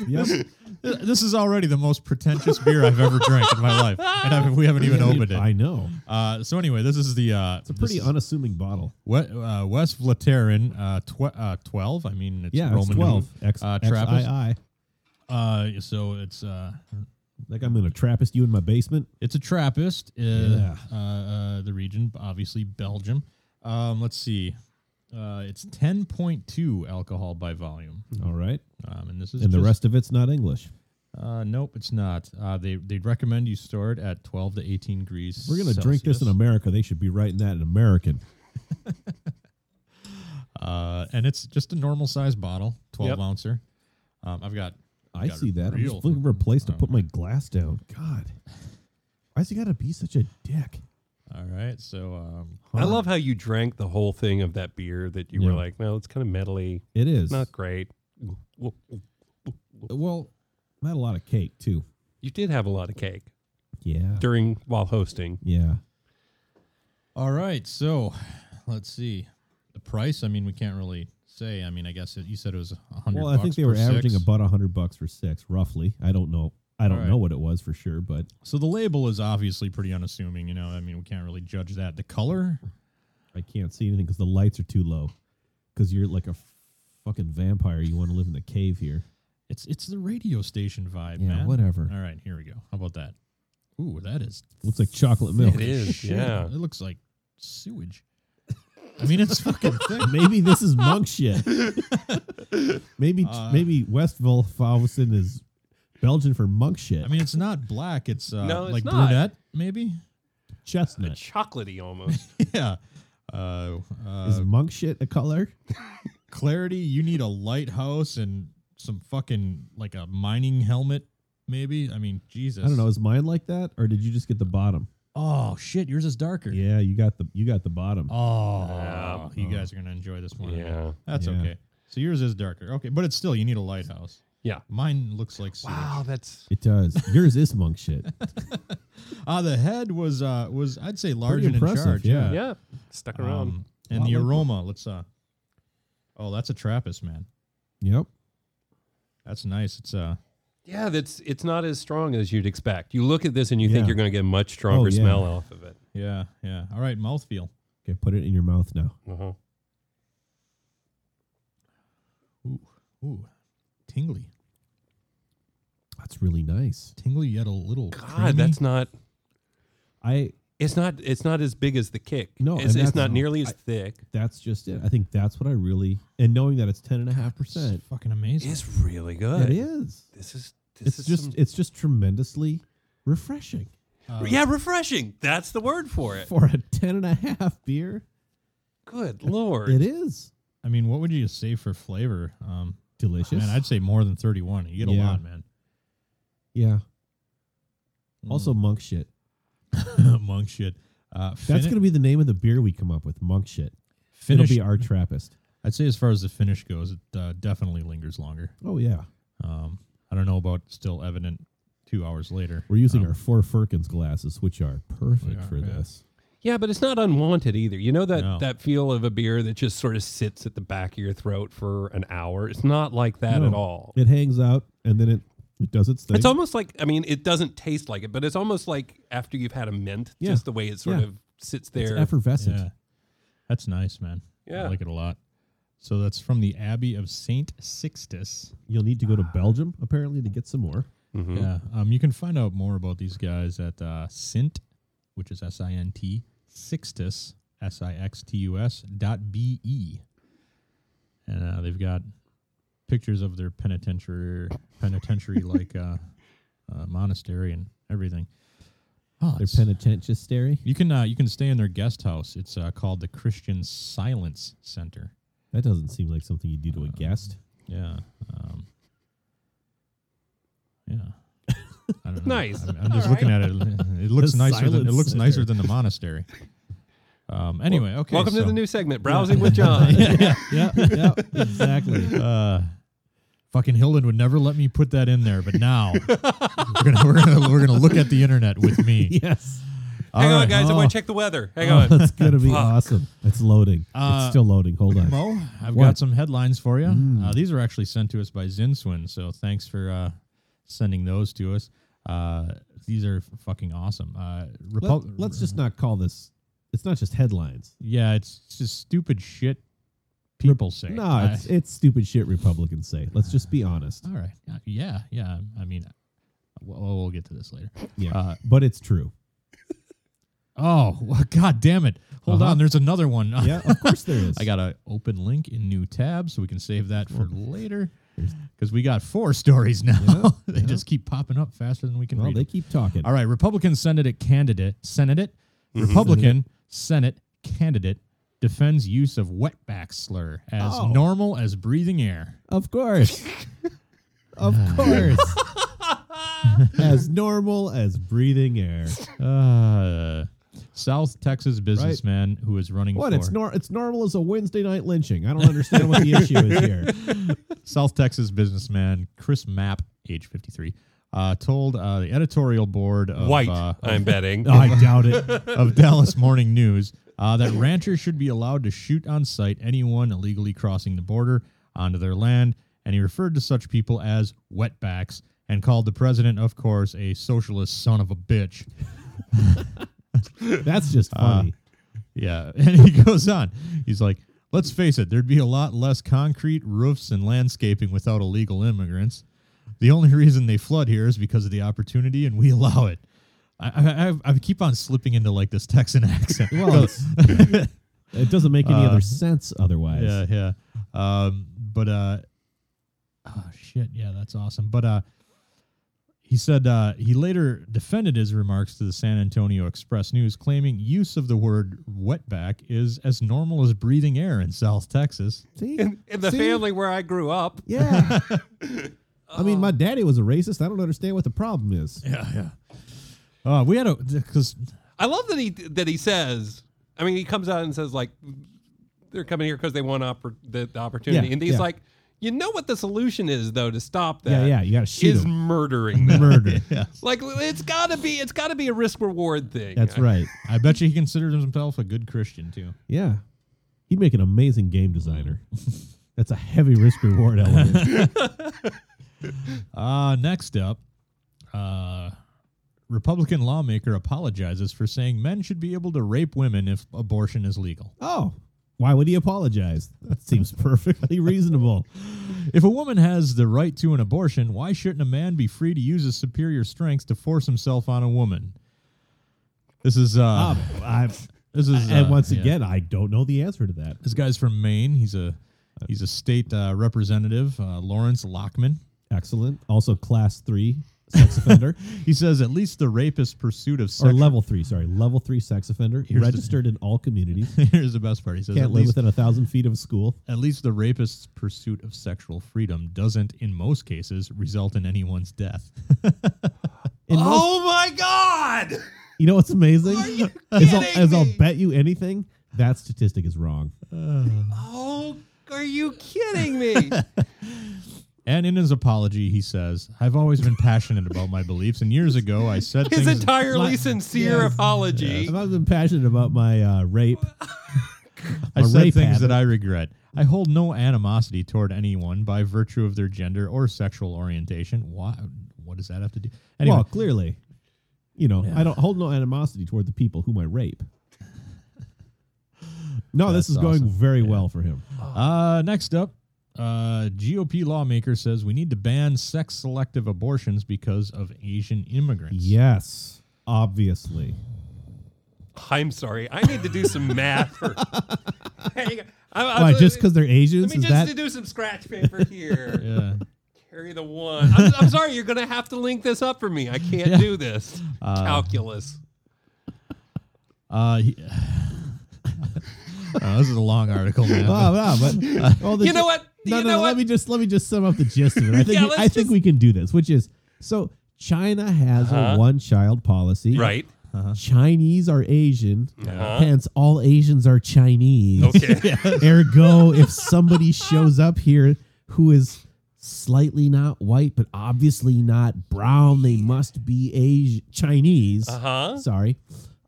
Yep.
This is already the most pretentious beer I've ever drank in my life, and I we haven't even opened
I
it.
know.
Uh, so anyway, this is the uh,
It's a pretty
this is
unassuming bottle.
we- uh, West Vlateran uh, tw- uh, twelve. I mean, it's
Yeah,
Roman
it's 12.
numeral-
X,
uh, Trappist.
XII.
Uh, so it's uh,
Like I'm in a Trappist, you in my basement.
it's a Trappist. Uh,
Yeah.
uh, uh, the region, obviously Belgium. Um, let's see. Uh, it's ten point two alcohol by volume,
All right.
um, and this is
And the
just-
rest of it's not English.
Uh, nope, it's not. Uh, they they recommend you store it at twelve to eighteen degrees.
We're going to drink this in
Celsius.
America. They should be writing that in American.
Uh, and it's just a normal size bottle, twelve
Yep.
ouncer. Um, I've got.
I
Got
see that. I'm
real
just looking for a place to
Oh,
put my glass down. God. Why's he got to be such a dick?
All right. So um,
I love how you drank the whole thing of that beer that you were
Yeah.
like, well, it's kind of metally,
It is
not great. Well,
well. I had a lot of cake too.
You did have a lot of cake
Yeah.
during while hosting.
Yeah.
all right. So let's see the price. I mean, we can't really say. I mean, I guess it, you said it was a hundred.
Well, I think
bucks
they were
per
averaging
six.
about a hundred bucks for six, roughly. I don't know. I don't
All right.
know what it was for sure, but
So the label is obviously pretty unassuming. You know, I mean, we can't really judge that. The color.
I can't see anything because the lights are too low. Because you're like a fucking vampire. You want to live in the cave here.
It's it's the radio station vibe,
Yeah,
man.
whatever.
All right, here we go. How about that? Ooh, that is
Looks like chocolate milk.
It is,
shit.
yeah.
It looks like sewage. I mean, it's fucking thick.
maybe this is monk shit. maybe
Uh,
maybe Westville-Fausen is Belgian for monk shit.
I mean, it's not black. It's, uh,
No, it's
like
not.
brunette, maybe.
A
chestnut.
chocolatey almost.
yeah. Uh, uh,
is monk shit a color?
clarity. You need a lighthouse and some fucking like a mining helmet, maybe. I mean, Jesus.
I don't know. Is mine like that, or did you just get the bottom?
Oh shit, yours is darker.
Yeah, you got the you got the bottom.
Oh,
Yeah.
you guys are gonna enjoy this one.
yeah.
That's
Yeah.
okay. So yours is darker. Okay, but it's still you need a lighthouse.
Yeah.
Mine looks like sewage.
Wow, that's
It does. Yours is monk shit.
Uh, the head was uh was I'd say large
Pretty
and in
impressive,
charge.
yeah.
yeah. Stuck
Um,
around.
and
Wow,
the
look.
aroma, let's uh Oh, that's a Trappist, man.
Yep.
That's nice. It's uh
yeah, that's it's not as strong as you'd expect. You look at this and you
Yeah.
think you're gonna get much stronger
yeah.
smell off of it.
yeah, yeah. All right, mouthfeel.
Okay, put it in your mouth now.
Uh-huh.
Ooh, ooh. Tingly.
That's really nice.
Tingly yet a little
God,
creamy.
that's not
I
it's not it's not as big as the kick.
No,
it's,
and
it's
that's-
not nearly as
I-
thick.
that's just it. I think that's what I really and knowing that it's ten and a half
It's
percent.
fucking amazing.
It's really good.
It is.
This is this
It's
is
just
some-
it's just tremendously refreshing
Uh,
yeah, refreshing. That's the word for it.
for a ten and a half beer.
Good lord.
It is
I mean, what would you say for flavor? Um
delicious.
man, I'd say more than 31. You get a
Yeah.
lot, man.
yeah.
Hmm.
Mm.
Also monk shit.
monk shit. Uh,
That's
fini-
going to be the name of the beer we come up with, monk shit.
finish.
It'll be our Trappist.
I'd say as far as the finish goes, it uh, definitely lingers longer.
Oh yeah,
Um, I don't know about still evident two hours later.
we're using
Um,
our four Firkins glasses, which are perfect
are,
for
yeah.
this.
Yeah, but it's not unwanted either. You know that
No.
that feel of a beer that just sort of sits at the back of your throat for an hour. It's not like that at
No.
all.
It hangs out and then it, it does its thing.
It's almost like I mean, it doesn't taste like it, but it's almost like after you've had a mint,
Yeah.
just the way it sort
Yeah.
of sits
It's
there.
effervescent.
Yeah, that's nice, man.
Yeah.
I like it a lot. So that's from the Abbey of Saint Sixtus.
You'll need to go to Belgium apparently to get some more.
Mhm.
Yeah, um, you can find out more about these guys at uh, Sint, which is S I N T Sixtus S I X T U S dot B E, and uh, they've got pictures of their penitentiary penitentiary like uh, uh, monastery and everything. Oh,
They're
it's-
penitentious, Stary.
you can uh, you can stay in their guest house. It's uh, called the Christian Silence Center.
That doesn't seem like something you do to a guest.
Yeah. Um, yeah. I don't
Nice.
I'm, I'm just looking at it. It looks
The
nicer. Than, it
silence
looks nicer
there.
than the monastery. Um. Anyway. Okay.
Welcome to
so-
the new segment, Browsing with John.
yeah.
yeah, yeah, exactly.
Uh, fucking Hilden would never let me put that in there, but now we're gonna we're gonna we're gonna look at the internet with me.
yes,
All
Hang on,
right.
guys. I'm
Oh.
going to check the weather. Hang
Oh,
on.
that's gonna be
Fuck.
awesome. It's loading.
Uh,
it's still loading. Hold on.
Mo, I've
What? Mm.
got some headlines for you. Uh, these are actually sent to us by Zinswin, so thanks for uh, sending those to us. Uh, these are fucking awesome. Uh, Repu-
Let, let's just not call this. It's not just headlines.
yeah, it's it's just stupid shit people say.
No,
I-
it's, it's stupid shit Republicans say. Let's just be honest.
all right. Uh, yeah, yeah. I mean, we'll, we'll get to this later.
Yeah,
Uh,
but it's true.
Oh, well, god damn it! Hold
Uh-huh.
on, there's another one.
Yeah, of course there is.
I got an open link in new tab, so we can save that for later. Because we got four stories now. they just keep popping up faster than we can
Well,
read.
they keep talking.
All right, Republican candidate candidate Senate
Mm-hmm.
Republican Senate candidate defends use of wetback slur as
Oh.
normal as breathing air.
Of course. of course. as normal as breathing air.
Uh, South Texas businessman who is running
What?
for
It's nor- it's normal as a Wednesday night lynching. I don't understand what the issue is here.
South Texas businessman Chris Mapp, age 53, uh, told uh, the editorial board of
White,
uh,
I'm betting.
I doubt it.
of Dallas Morning News uh, that ranchers should be allowed to shoot on sight anyone illegally crossing the border onto their land, and he referred to such people as wetbacks and called the president, of course, a socialist son of a bitch. Uh,
That's just funny.
Yeah, and he goes on. He's like, let's face it, there'd be a lot less concrete roofs and landscaping without illegal immigrants. The only reason they flood here is because of the opportunity, and we allow it. I, I, I- I keep on slipping into like this Texan accent.
well, it's, it doesn't make any
Uh,
other sense otherwise.
Yeah, yeah. Um, but uh, oh shit, yeah, that's awesome. But uh, he said uh, he later defended his remarks to the San Antonio Express News, claiming use of the word wetback is as normal as breathing air in South Texas.
See?
in, in the
See?
family where I grew up,
Yeah. I mean,
Uh,
my daddy was a racist. I don't understand what the problem is.
Yeah, yeah. Uh, we had a because
I love that he that he says. I mean, he comes out and says like, "They're coming here because they want oppor- the, the opportunity,"
Yeah,
and he's
yeah.
like, "You know what the solution is though to stop
Yeah,
that?
yeah, you gotta shoot
is
'em.
murdering them.
Murder.
like it's gotta be it's gotta be a risk reward thing.
That's right.
I bet you he considers himself a good Christian too.
Yeah. He'd make an amazing game designer. That's a heavy risk reward element.
Uh, next up, uh, Republican lawmaker apologizes for saying men should be able to rape women if abortion is legal.
oh, why would he apologize? That seems perfectly reasonable.
If a woman has the right to an abortion, why shouldn't a man be free to use his superior strengths to force himself on a woman? This is uh,
Um, I've,
this is
and
uh,
once
yeah.
again, I don't know the answer to that.
this guy's from Maine. He's a he's a state uh, representative, uh, Lawrence Lockman.
Excellent. Also, class three sex offender
He says at least the rapist pursuit of
or
sexual
level three. Sorry, level three sex offender
Here's the-
registered in all communities.
here's the best part. He says
Can't
at
live
least
within a thousand feet of a school.
At least the rapist's pursuit of sexual freedom doesn't, in most cases, result in anyone's death.
In most-
Oh my god!
you know what's amazing? as, I'll,
kidding
as I'll
me?
bet you anything, that statistic is wrong.
Oh, are you kidding me?
And in his apology, he says, I've always been passionate about my beliefs, and years ago I said
His
things.
entirely
my-
sincere
yes,
apology.
I've always been passionate about my uh, rape.
I
a
said
rape
things
habit.
that I regret. I hold no animosity toward anyone by virtue of their gender or sexual orientation. Why? What does that have to do? Anyway,
Well, clearly, you know, I don't hold no animosity toward the people whom I rape. No,
That's
this is going
awesome.
very well for him.
uh, next up, uh, GOP lawmaker says we need to ban sex selective abortions because of Asian immigrants.
Yes, obviously.
I'm sorry. I need to do some math. For, hang on. I'm- I'm-
Why? Just because they're
Let
Asians?
me
Is
just
that
do some scratch paper here.
Yeah.
Carry the one. I'm, I'm sorry, you're going to have to link this up for me. I can't do this. Calculus.
Uh, he- Oh, this is a long article, man.
Oh, wow, but well, the
You know
gi-
what?
No,
You
no.
know
Let
what?
me just let me just sum up the gist of it. I think
Yeah,
we-
let's
I think
just-
we can do this, which is so China has
Uh-huh.
a one-child policy,
Right.
Chinese are Asian,
Uh-huh.
hence all Asians are Chinese.
Okay.
Ergo, if somebody shows up here who is slightly not white but obviously not brown, they must be Asian Chinese.
Uh-huh.
Sorry.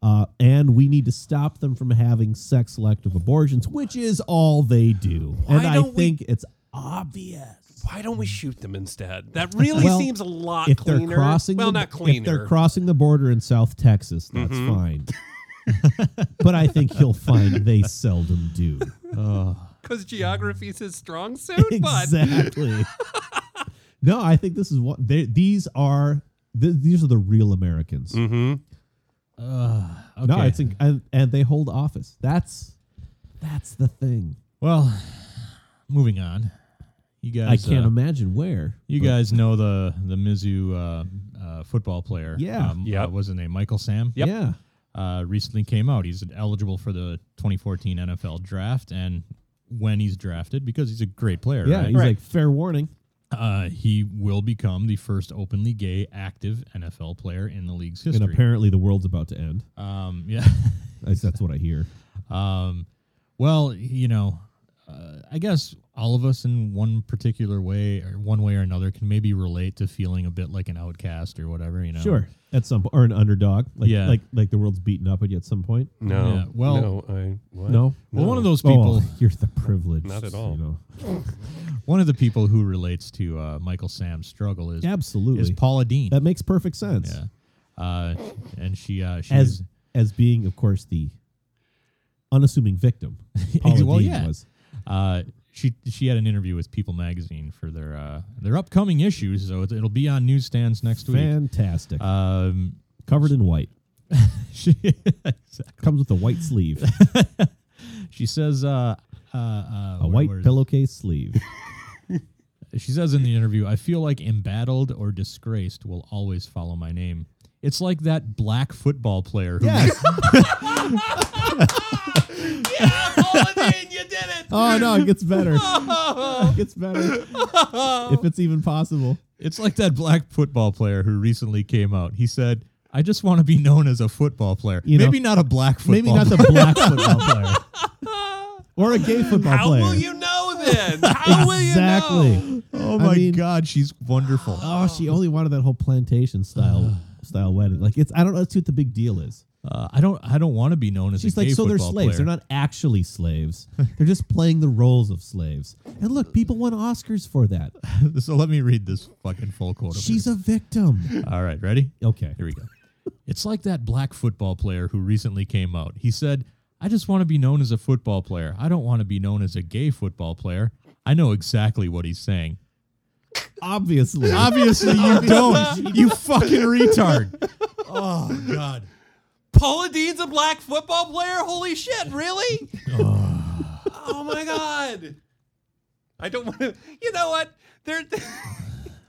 Uh, and we need to stop them from having sex selective abortions, which is all they do. and I
don't we-
think it's obvious.
Why don't we shoot them instead? That really
Well,
seems a lot
If
cleaner.
they're crossing,
well,
the,
not
If they're
cleaner. Mm-hmm.
crossing the border in South Texas, that's fine. but I think you'll find they seldom do.
Because geography's his strong suit, but
exactly. no, I think this is what they- these are. th- these are the real Americans.
Mm-hmm.
okay.
No, it's in, and, and they hold office. That's that's the thing.
well. Moving on. You
I
guys.
can't
uh,
imagine where
you
but-
guys know the the Mizzou uh, uh, football player.
Yeah.
Um,
Yep.
uh, was his name Michael Sam?
Yep.
Yeah,
Uh, recently came out. He's eligible for the 2014 NFL draft, and when he's drafted, because he's a great player.
yeah.
right?
He's like, fair warning.
Uh, he will become the first openly gay active NFL player in the league's
and
history.
apparently the world's about to end.
um, yeah.
I- That's what I hear.
Um, well, you know, uh, I guess all of us in one particular way or one way or another can maybe relate to feeling a bit like an outcast or whatever, you know.
Sure, at some po- or an underdog, like
Yeah.
like like the world's beaten up at you at some point.
No.
Yeah, well-
no, I what?
No,
Well, one of those
Oh,
people,
you're the privileged.
Not at all.
You know.
one of the people who relates to uh, Michael Sam's struggle is
Absolutely,
is Paula Dean.
that makes perfect sense.
yeah. Uh, and she uh, she
As
was-
as being, of course, the unassuming victim. Paula
Well,
Dean
yeah.
was.
Uh, she she had an interview with People Magazine for their uh, their upcoming issues, so it- it'll be on newsstands next week.
fantastic.
Um,
Covered in white,
she
comes with a white sleeve,
she says uh, uh, uh,
a white
where-
pillowcase sleeve.
She says in the interview, "I feel like embattled or disgraced will always follow my name. It's like that black football player who
Yes.
Yeah, Paula Dean, you did it.
Oh no, it gets better. it gets better. if it's even possible.
It's like that black football player who recently came out. He said, I just want to be known as a football player.
You know,
maybe not a black football
Maybe not the
player.
black football player. Or a gay football
How
player.
will you know then? How will you
exactly.
know?
Oh
I
my
mean-
God, she's wonderful.
Oh, she only wanted that whole plantation style style wedding. Like it's I don't know too what the big deal is.
Uh, I don't I don't want to be known as
She's
a gay
like, so they're
football
slaves.
player.
They're not actually slaves. they're just playing the roles of slaves. And look, people won Oscars for that.
so let me read this fucking full quote. of
She's
hers.
a victim.
All right, ready?
Okay.
Here we go. It's like that black football player who recently came out. He said, I just want to be known as a football player. I don't want to be known as a gay football player. I know exactly what he's saying.
Obviously.
Obviously, you don't. You fucking retard. Oh, God.
Paula Dean's a black football player? Holy shit, really? oh my god. I don't want to. You know what? There,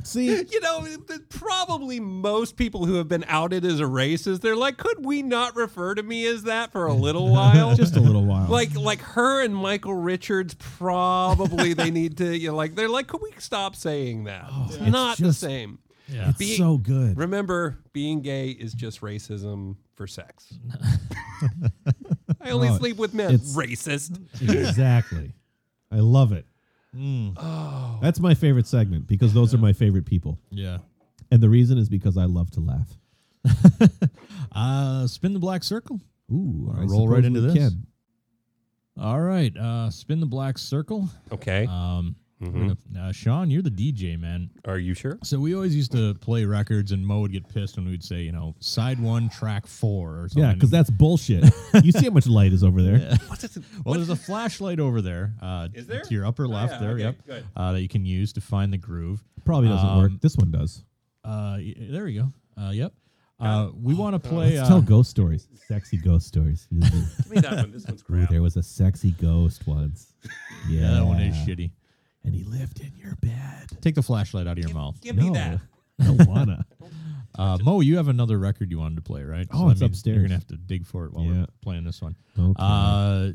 See,
you know, the- probably most people who have been outed as a racist, they're like, could we not refer to me as that for a little while?
just a little while.
like, like her and Michael Richards, probably they need to. You know, like, they're like, could we stop saying that? it's
Oh, it's
not
just-
the same.
it's
be-
so good.
Remember, being gay is just racism for sex. I only
No,
sleep with men.
it's-
Racist.
Exactly. I love it.
Mm.
Oh. That's my favorite segment because those are my favorite people.
Yeah.
And the reason is because I love to laugh.
Uh, spin the black circle.
Ooh,
Wanna
I
roll right
suppose
into
we
this?
can.
All right. Uh, spin the black circle.
Okay.
Um,
Mm-hmm.
we're gonna- uh, Sean, you're the DJ, man.
Are you sure?
So we always used to play records, and Mo would get pissed when we'd say, you know, side one, track four, or something.
Yeah, because that's bullshit. you see how much light is over there.
What's it?
Well, there's a flashlight over there. Uh,
Is there?
To your upper
Oh,
left
yeah,
there,
okay,
yep.
good.
Uh, that you can use to find the groove.
Probably doesn't work.
Um,
This one does.
Uh, y- there you go. Uh, yep. Uh, we
Oh.
want to play.
Let's
Uh,
tell ghost stories. Sexy ghost stories. Ooh,
Give me that one. This one's crap.
there was a sexy ghost once. Yeah.
yeah, that one is shitty.
And he lived in your bed.
Take the flashlight out of your mouth.
Give
no.
me that.
I don't wanna.
Uh, Mo, you have another record you wanted to play, right?
Oh, it's
that means You're
upstairs.
gonna have to dig for it while
Yeah.
we're playing this one.
Okay.
Uh,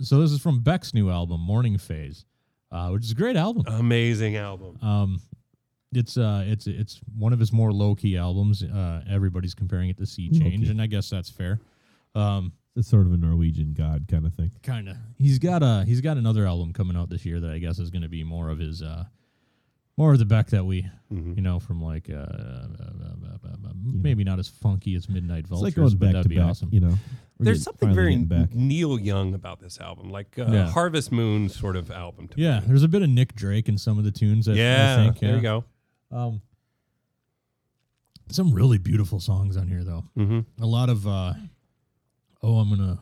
so this is from Beck's new album, Morning Phase, uh, which is a great album.
Amazing album.
Um, it's uh, it's it's one of his more low key albums. Uh, everybody's comparing it to Sea Change,
Low-key.
and I guess that's fair. Um,
it's sort of a Norwegian god kind of thing.
kind of. He's got a he's got another album coming out this year that I guess is going to be more of his uh, more of the Beck that we
Mm-hmm.
you know from like uh, uh, uh, uh, uh, maybe not as funky as Midnight
It's
Vultures,
like going
but
back
that'd
to
be
back.
awesome.
You know, We're
There's
get-
something
finally
very
getting back.
Neil Young about this album, like uh,
Yeah.
Harvest Moon sort of album. To
Yeah,
me.
there's a bit of Nick Drake in some of the tunes. I, I
yeah.
think,
There you go.
Um, some really beautiful songs on here, though.
Mm-hmm.
A lot of, uh, oh, I'm gonna,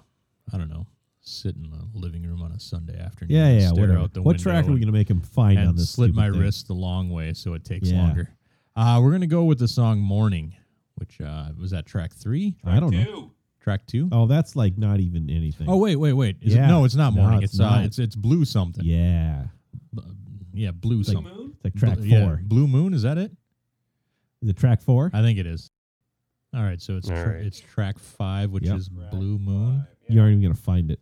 I don't know, sit in the living room on a Sunday afternoon.
Yeah,
and
yeah,
stare
whatever.
out the
what
window
track are we
and-
gonna make him find on
And
this?
slip my
stupid thing?
wrist the long way so it takes
Yeah.
longer. Uh, we're gonna go with the song "Morning," which uh, was that track three,
I don't know.
Two.
track two. Oh,
Oh, that's like not even anything.
wait, wait, wait. Is it-
Yeah.
no, it's not
No,
morning.
it's
it's
not.
Uh, it's it's blue something.
yeah,
yeah blue
like
something.
it's like track
Bl-
four.
yeah, blue moon. Is that it?
Is it track four?
I think it is. All right, so it's
All
tr
right.
it's track five, which
Yep.
is Blue Moon.
You aren't even gonna find it.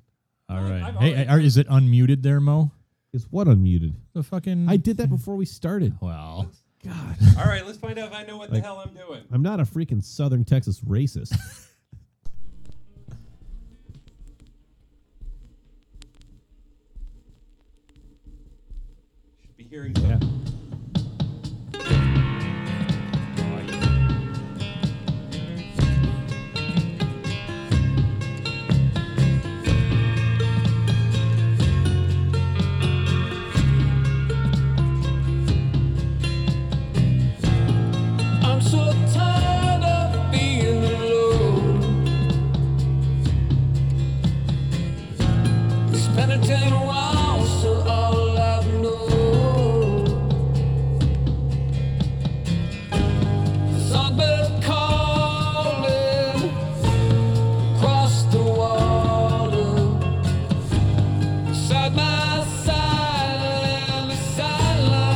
All right.
I've
Hey, are, is it unmuted there, Mo?
Is what unmuted?
The fucking.
I did that before we started.
Well,
God,
All right, let's find out if I know what the hell I'm doing.
I'm not a freaking Southern Texas racist.
Should be hearing
yeah.
something. Oh, yeah.
I'm so tired of being alone. It's been a ten while, so all I know. The songbird calling across the water. Side by side, sideline.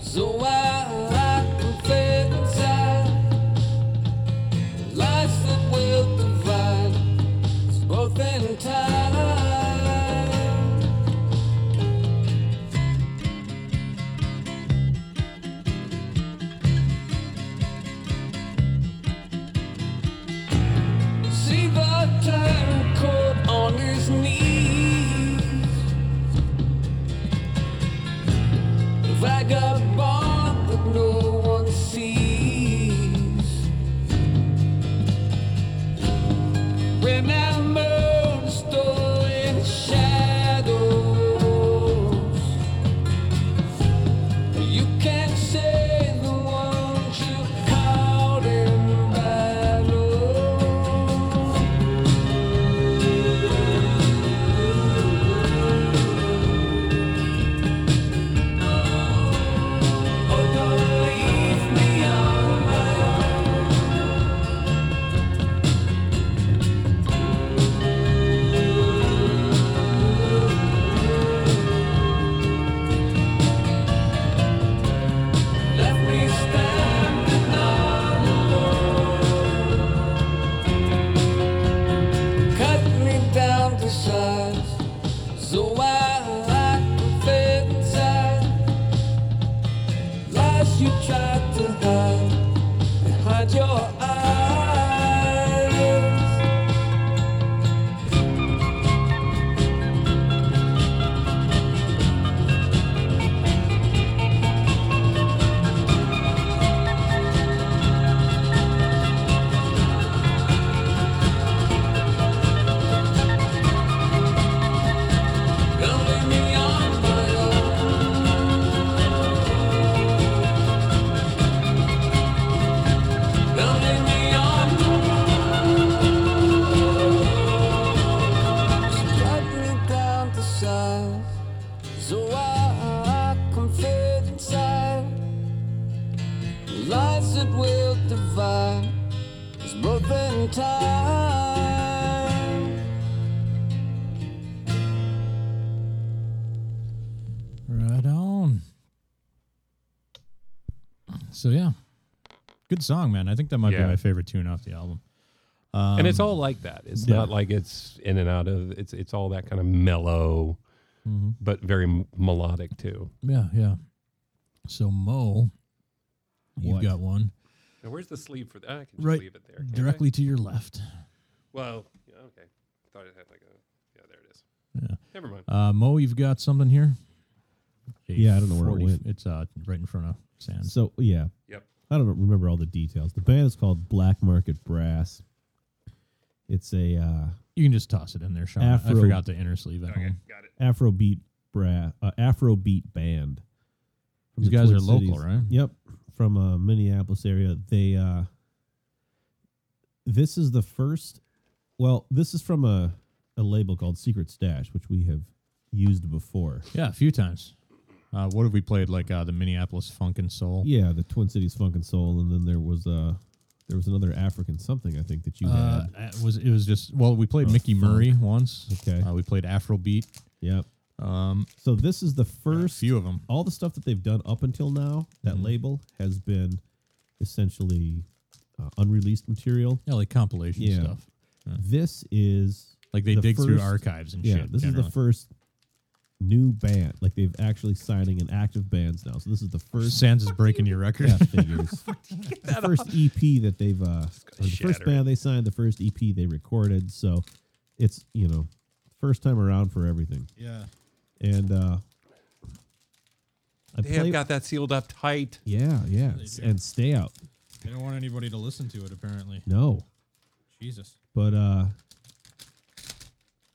So I, I can fit inside Life that will divide us both in time. See the tyrant caught on his knees. The vagabond that no one sees. Remember the story in the shadows. You can't say the ones you caught in battle. Oh, don't leave me on my own. Let me stand all alone. Cut me down to size, so I can fit inside. Lies you tried to hide behind your eyes. Don't leave me on my own. Don't leave me on my own. So cut me down to size, so I can fit inside. Lies that will divide us both in time.
right on. So yeah, good song, man. I think that might
Yeah.
be my favorite tune off the album.
and it's all like that. It's
Um, yeah.
not like it's in and out of. It's it's all that kind of mellow, but very m- melodic too.
Um, mm-hmm. Yeah, yeah. So Mo, you've got one
Now, where's the sleeve for that? I can just
Right
leave it there. can't I?
directly to your left.
Well, yeah, okay. Thought it had like a. Yeah, there it is.
Yeah.
Never mind.
Uh, Mo, you've got something here. A
Yeah, I don't know where it
40
went.
It's uh, right in front of Sand.
So yeah,
Yep.
I don't remember all the details. The band is called Black Market Brass. It's a uh,
you can just toss it in there, Sean.
Afro-
I forgot the inner sleeve at home.
Got it.
Afrobeat brass, uh, Afrobeat band. From
These
the
guys
Twin
are local,
Cities.
right?
Yep, from uh, Minneapolis area. They uh, this is the first. Well, this is from a, a label called Secret Stash, which we have used before.
Yeah, a few times. Uh, what have we played? Like uh, the Minneapolis Funk and Soul.
Yeah, the Twin Cities Funk and Soul, and then there was uh there was another African something I think that you
Uh,
had.
it was it was just well we played Mickey Murray once.
Oh, Okay.
Uh, we played Afrobeat.
Yep. Um. So this is the
A
first.
few of them.
all the stuff that they've done up until now, that
Mm-hmm.
label has been essentially uh, unreleased material.
Yeah, like compilation
Yeah.
stuff.
This is
Like they
the
dig through
first-
archives and
Yeah,
shit.
this is
generally.
the first new band. Like they've actually signing an active bands now. So this is the first
Sans is breaking your record.
figures. the first EP that they've uh or the
shatter
first band they signed, the first EP they recorded. So it's, you know, first time around for everything.
yeah.
And uh I
They have got that sealed up tight.
Yeah, yeah. And stay out.
They don't want anybody to listen to it. Apparently,
No.
Jesus.
but uh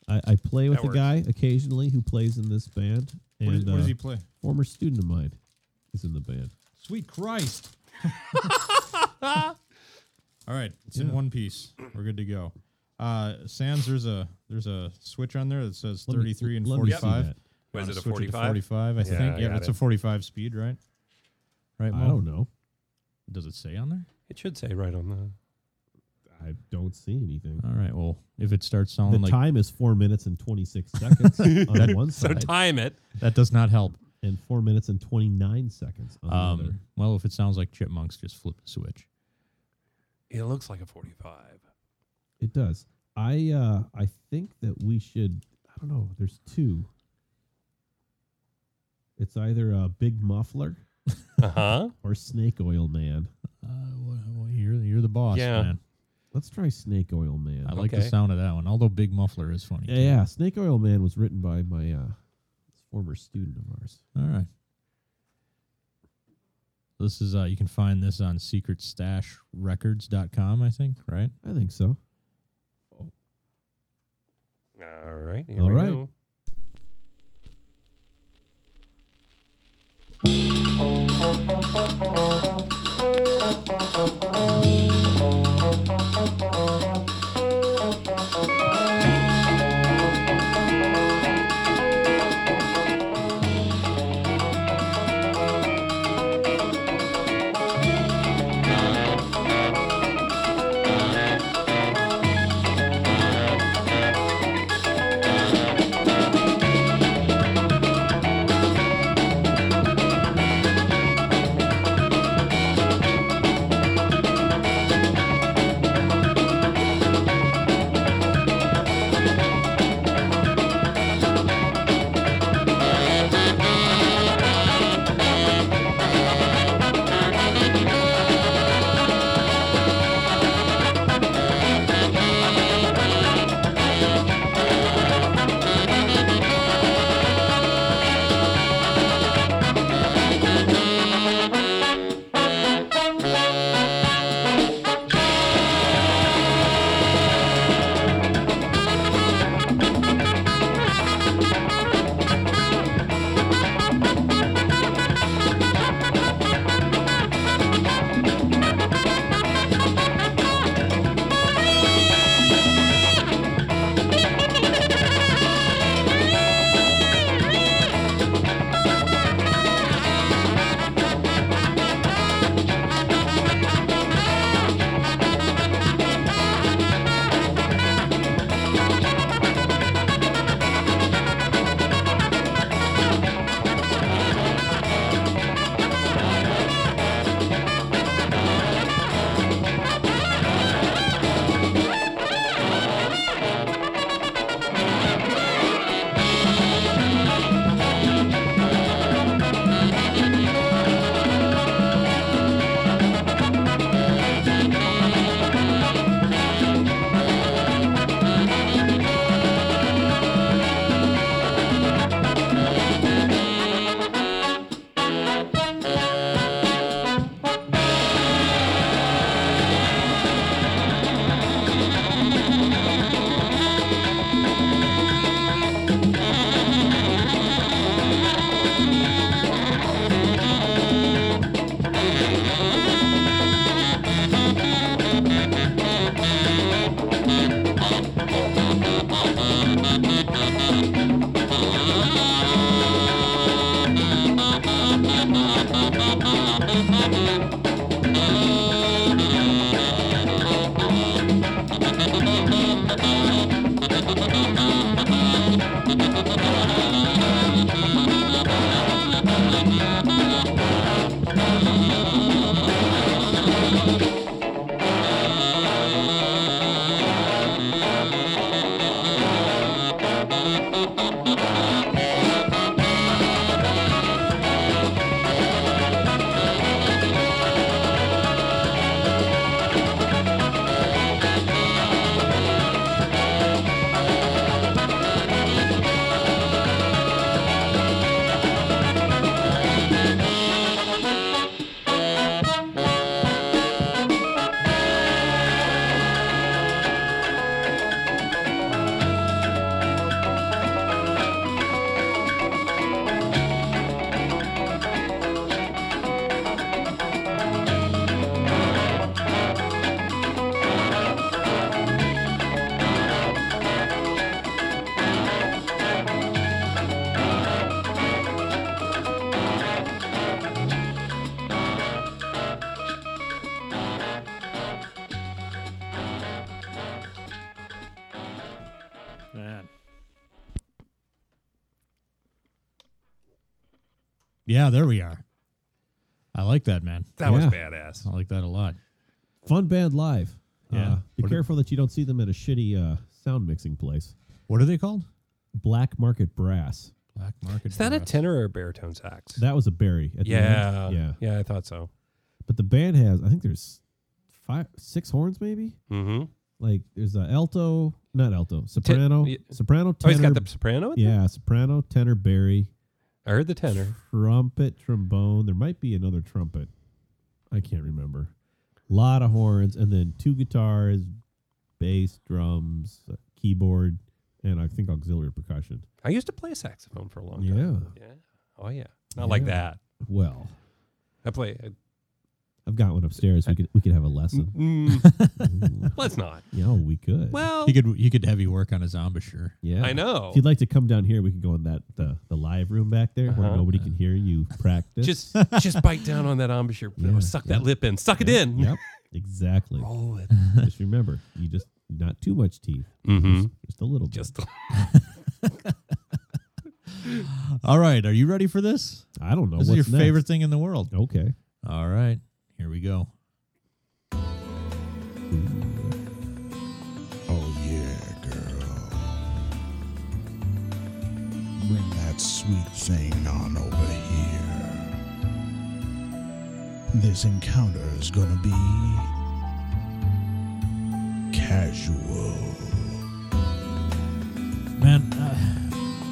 I, I play with
That
a
works.
guy occasionally who plays in this band, and
What, is, what does
uh,
he play?
former student of mine is in the band.
Sweet Christ! All right, it's in one piece. We're good to go. Uh, Sans, there's a there's a switch on there that says
Let me-
33 and
let me see
45.
that.
You
Was
wanna
it a
switch to
45?
45, I
Yeah,
think.
I
Yeah,
got
it's
it.
a 45 speed, right? Right.
I don't know.
Does it say on there?
It should say right on the.
I don't see anything.
All right. Well, if it starts
The
sounding like
time is four minutes and twenty six seconds on one
So
side,
time it.
that, does not help.
and four minutes and twenty nine seconds on the other.
Um, well, if it sounds like chipmunks, just flip the switch.
It looks like a 45.
It does. I uh I think that we should I don't know, there's two. It's either a big muffler
Uh huh.
or snake oil man.
Uh, well, well, you're you're the boss,
Yeah.
man.
Let's try Snake Oil Man.
I like the
Okay.
sound of that one. Although Big Muffler is funny.
yeah, yeah, Snake Oil Man was written by my uh, former student of ours.
All right. This is uh you can find this on secretstashrecords.com, I think, right?
I think so.
All right. Here
All
we
right.
go.
Thank
Yeah, there we are. I like that, man.
That was
Yeah.
badass.
I like that a lot.
Fun Band Live.
Yeah.
Uh, be
What do-
careful that you don't see them at a shitty uh, sound mixing place.
What are they called?
Black Market Brass.
Black market.
Is that a
brass.
tenor or a baritone sax?
That was a berry. At
yeah.
The end.
yeah.
Yeah.
I thought so.
But the band has, I think there's five, six horns maybe.
Mm-hmm.
Like there's a alto, not alto, soprano,
yeah.
soprano,
Oh,
tenor.
he's got the soprano? in there?
yeah, soprano, tenor, berry,
I heard the tenor.
trumpet, trombone. There might be another trumpet. I can't remember. lot of horns, and then two guitars, bass, drums, keyboard, and I think auxiliary percussion.
I used to play saxophone for a long time.
Yeah.
Yeah. Oh, yeah. Not like that.
Well,
I play. uh, I-
I've got one upstairs. We could we could have a lesson.
Mm,
Ooh.
let's not.
yeah, we could.
Well,
He could he could have you work on a embouchure.
yeah,
I know.
If you'd like to come down here, we could go in that the, the live room back there
Uh-huh.
where nobody can hear you practice.
just just bite down on that embouchure.
Yeah,
Suck
yeah.
that lip in. Suck it
Yep,
in.
Yep, exactly.
Roll it.
just remember, you just not too much teeth,
Mm-hmm.
just a little bit.
Just
All right, are you ready for this?
I don't know.
This
Oh, what's
is your
next.
favorite thing in the world.
Okay.
All right, here we go.
Oh yeah, girl. Bring that sweet thing on over here. This encounter is gonna be casual.
Man, uh,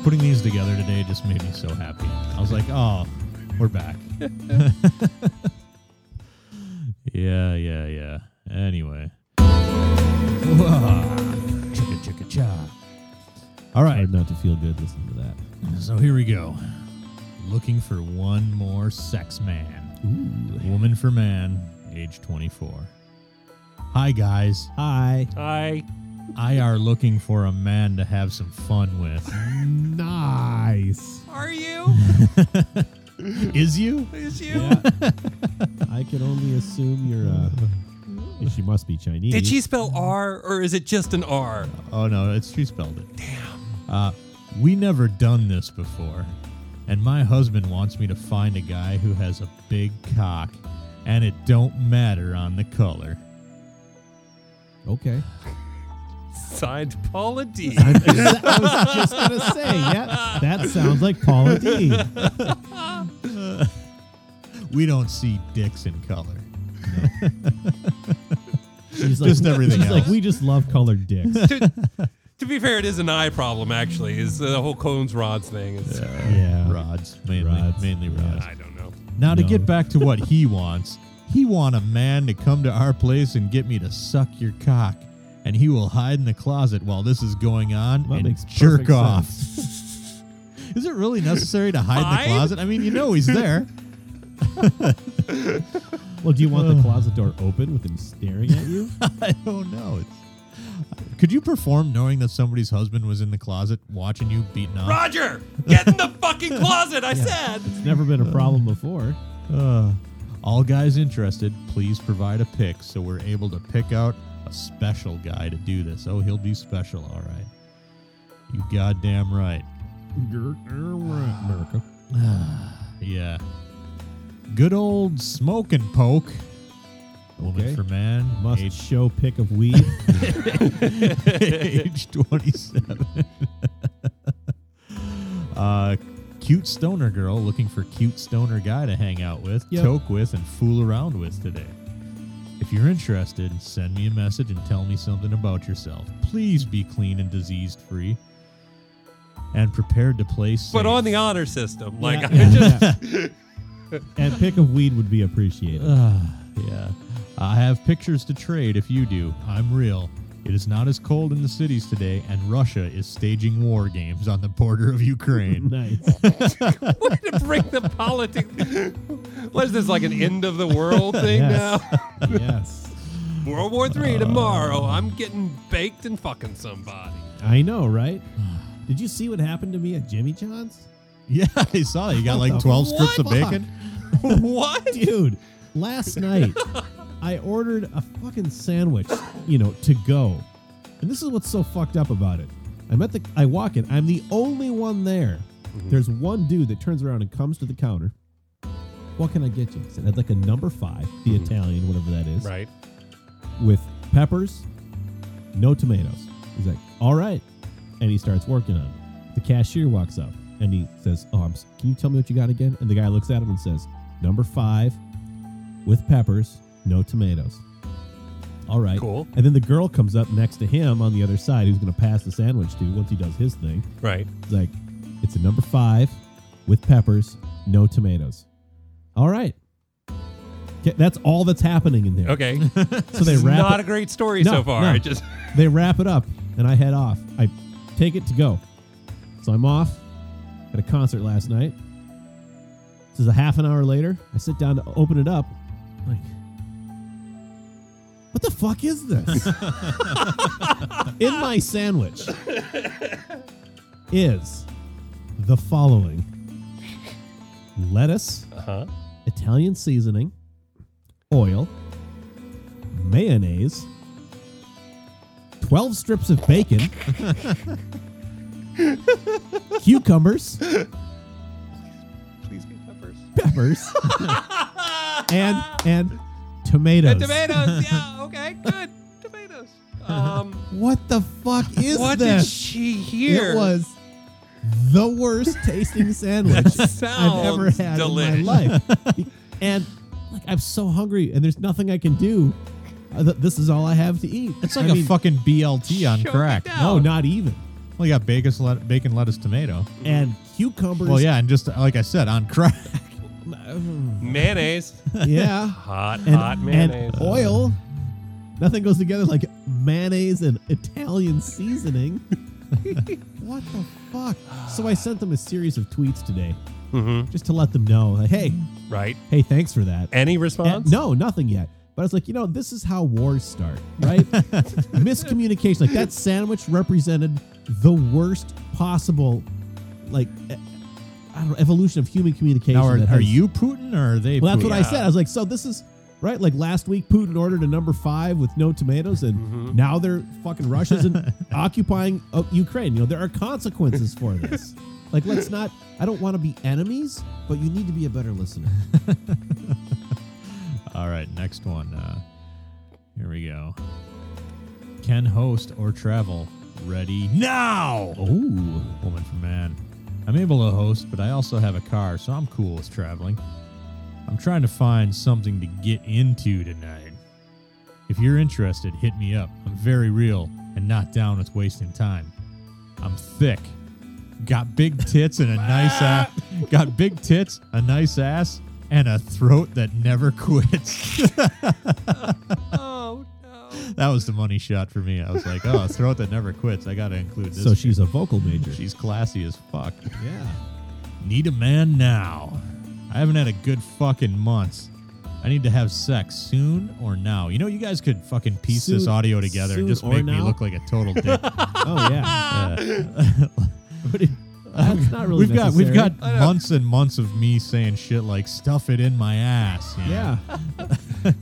putting these together today just made me so happy. I was like, oh, we're back. yeah, yeah, yeah. Anyway. Whoa. Chicka chicka cha. All right,
Hard not to feel good listening to that.
so here we go. Looking for one more sex man. Woman for man, age 24. Hi, guys.
Hi.
I.
I are looking for a man to have some fun with.
Nice.
Are you?
Is you?
Is you?
I can only assume you're. Uh, she must be Chinese.
Did she spell R or is it just an R?
Oh no, it's she spelled it. Damn. Uh, we never done this before, and my husband wants me to find a guy who has a big cock, and it don't matter on the color.
Okay.
Signed Paula D.
I was just gonna say, yeah, that sounds like Paula D.
We don't see dicks in color.
She's
Just everything
she's
else.
Like we just love colored dicks.
to, to be fair, it is an eye problem, actually. Is the whole cones rods thing. It's,
yeah.
Rods, mainly,
Rods.
mainly rods.
I don't know.
Now to
No.
get back to what he wants, he want a man to come to our place and get me to suck your cock, and he will hide in the closet while this is going on
That
and
makes
jerk
perfect
off. is it really necessary to hide, in
Hide?
the closet? I mean, you know he's there.
Well, do you want the closet door open with him staring at you?
I don't know. It's, could you perform knowing that somebody's husband was in the closet watching you beating off?
Roger, get in the fucking closet, I said.
It's never been a problem before.
Uh, all guys interested, please provide a pick so we're able to pick out a special guy to do this. Oh, he'll be special, all right. You goddamn right.
America.
Yeah. Good old smoke and poke. Woman
Okay.
for man,
Must
age,
show pick of weed.
age 27. uh, cute stoner girl looking for cute stoner guy to hang out with,
Yep.
toke with, and fool around with today. If you're interested, send me a message and tell me something about yourself. Please be clean and disease free and prepared to play safe.
But on the honor system, like I
Yeah.
just
and pick of weed would be appreciated.
Ah, yeah. I have pictures to trade if you do. I'm real. It is not as cold in the cities today, and Russia is staging war games on the border of Ukraine.
nice.
wanted to bring the politics. What is this, like an end of the world thing
Yes. Uh,
now?
yes.
World War Three tomorrow. I'm getting baked and fucking somebody.
I know, right? Did you see what happened to me at Jimmy John's?
yeah, I saw that. You got like 12 strips of bacon.
what?
Dude, last night I ordered a fucking sandwich, you know, to go. And this is what's so fucked up about it. I'm at the I walk in, I'm the only one there. There's one dude that turns around and comes to the counter, What can I get you? I said, I'd like a number five, the Italian, whatever that is,
Right.
with peppers, no tomatoes. He's like, all right. And he starts working on it. The cashier walks up and he says, oh, I'm, s- can you tell me what you got again? And the guy looks at him and says, number five with peppers, no tomatoes. All right.
Cool.
And then the girl comes up next to him on the other side who's going to pass the sandwich to once he does his thing.
Right.
It's like, it's a number five with peppers, no tomatoes. All right. Okay, that's all that's happening in there.
Okay.
So they
It's
wrap
not
it,
a great story
No,
so far.
no.
It just
they wrap it up, and I head off. I take it to go. So I'm off at a concert last night. This is a half an hour later. I sit down to open it up. I'm like, what the fuck is this? In my sandwich is the following lettuce,
uh-huh.
Italian seasoning, oil, mayonnaise, 12 strips of bacon, cucumbers,
Please get peppers.
peppers, and and tomatoes.
And tomatoes. yeah. Okay. Good. Tomatoes. Um,
What the fuck is
what did
this?
she hear?
It was the worst tasting sandwich I've ever
sounds
had
delish.
in my life. and like I'm so hungry and there's nothing I can do. Uh, th- This is all I have to eat.
It's like
I
a
mean,
fucking BLT on
Choke it
crack.
down.
No, not even.
Well, you got bacon, let- bacon, lettuce, tomato.
And cucumbers.
Well, yeah, and just like I said, on crack.
mayonnaise.
Yeah.
Hot,
and,
hot
and
mayonnaise.
oil. Nothing goes together like mayonnaise and Italian seasoning. what the fuck? So I sent them a series of tweets today
Mhm.
just to let them know, like, hey,
Right.
hey, thanks for that.
Any
And-
response?
no, nothing yet. But I was like, you know, this is how wars start, right? Miscommunication. Like that sandwich represented the worst possible, like, e- I don't know, evolution of human communication.
Now, are,
that
are
has-
you Putin or are they
well, that's
Putin?
what I said. I was like, so this is right. Like last week, Putin ordered a number five with no tomatoes, and
Mm-hmm.
now they're fucking Russians and occupying uh, Ukraine. You know, there are consequences for this. like, let's not. I don't want to be enemies, but you need to be a better listener.
All right, next one. Uh, here we go. Can host or travel. Ready now. Ooh, woman for man. I'm able to host, but I also have a car, so I'm cool with traveling. I'm trying to find something to get into tonight. If you're interested, hit me up. I'm very real and not down with wasting time. I'm thick. Got big tits and a nice ass. Got big tits, a nice ass, and a throat that never quits.
Oh no.
that was the money shot for me. I was like, oh, a throat that never quits. I got to include this.
so she's a vocal major.
she's classy as fuck.
yeah.
Need a man now. I haven't had a good fucking months. I need to have sex soon or now. You know, you guys could fucking piece this
Soon-
audio together
soon
and just
or
make me
now?
look like a total dick.
Oh yeah.
Uh,
That's not really.
we've got we've
necessary.
got months and months of me saying shit like stuff it in my ass. you know?
Yeah.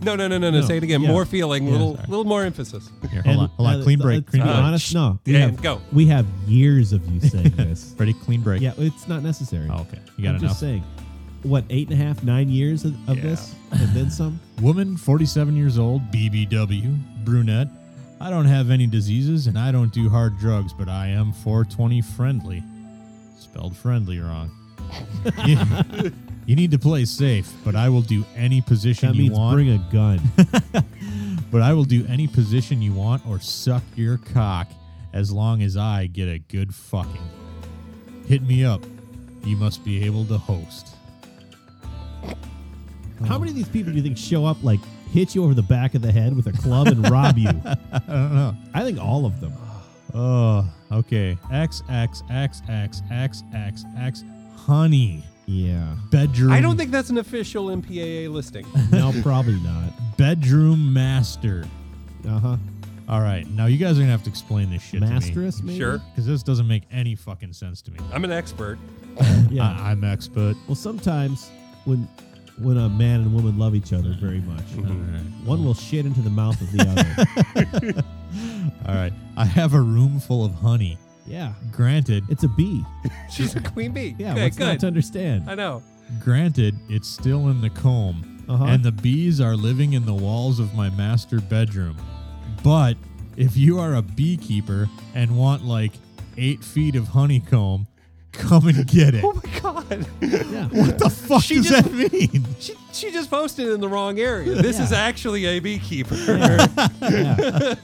No, no, no, no, no. Say it again.
Yeah.
More feeling.
Yeah,
little,
sorry.
little more emphasis.
Here, hold
And,
on, hold on.
uh,
clean
uh,
break.
to
Clean
be
break.
honest, no. We
Yeah,
have,
go.
We have years of you saying this.
Pretty clean break.
Yeah, it's not necessary.
Oh, okay. You got
I'm
enough.
just saying, what eight and a half, nine years of, of
Yeah.
this, and then some.
Woman, 47 years old, BBW, brunette. I don't have any diseases and I don't do hard drugs, but I am 420 friendly. Spelled friendly wrong. you, you need to play safe, but I will do any position
That
you
means
want.
bring a gun.
but I will do any position you want or suck your cock as long as I get a good fucking. Hit me up. You must be able to host.
How many of these people do you think show up like hit you over the back of the head with a club and rob you?
I don't know.
I think all of them.
Oh, okay. X X X X X X X honey
Yeah.
bedroom.
Hmm.
I don't think that's an official MPAA listing.
No, probably not.
bedroom master.
Uh huh.
All right, now you guys are gonna have to explain this shit
Masteress, maybe.
Sure.
because this doesn't make any fucking sense to me.
I'm an expert.
Yeah.
I- I'm expert.
Well, sometimes when when a man and woman love each other very much,
Mm-hmm.
uh, one will shit into the mouth of the other.
All right, I have a room full of honey.
yeah.
Granted,
It's a bee.
She's a queen bee.
Yeah.
Okay,
what's not
good.
to understand?
I know.
Granted, it's still in the comb,
Uh-huh.
and the bees are living in the walls of my master bedroom. But if you are a beekeeper and want like eight feet of honeycomb, come and get it.
Oh my god.
Yeah.
what the fuck
She
does
just-
that mean?
She, she just posted in the wrong area. This is actually a beekeeper.
yeah.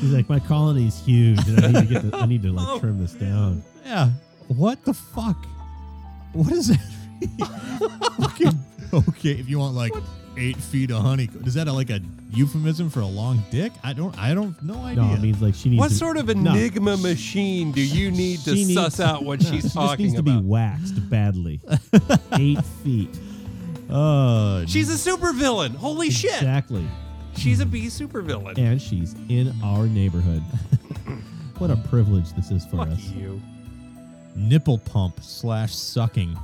She's like, my colony's huge, and I need to get. The, I need to
Oh.
like trim this down.
Yeah. What the fuck? What is that? Fucking- okay, if you want like eight feet of honeycomb, is that a, like a euphemism for a long dick? I don't. I don't. No idea.
No, it means like she needs.
What
to,
sort of
no,
enigma machine do you need to
She needs-
suss out what
no,
she's
she just needs
talking
to
about?
be waxed badly. Eight feet. Oh,
uh,
She's a supervillain. Holy shit.
Exactly.
She's a bee supervillain.
And she's in our neighborhood. what a privilege this is for
Fuck
us.
you.
nipple pump slash sucking,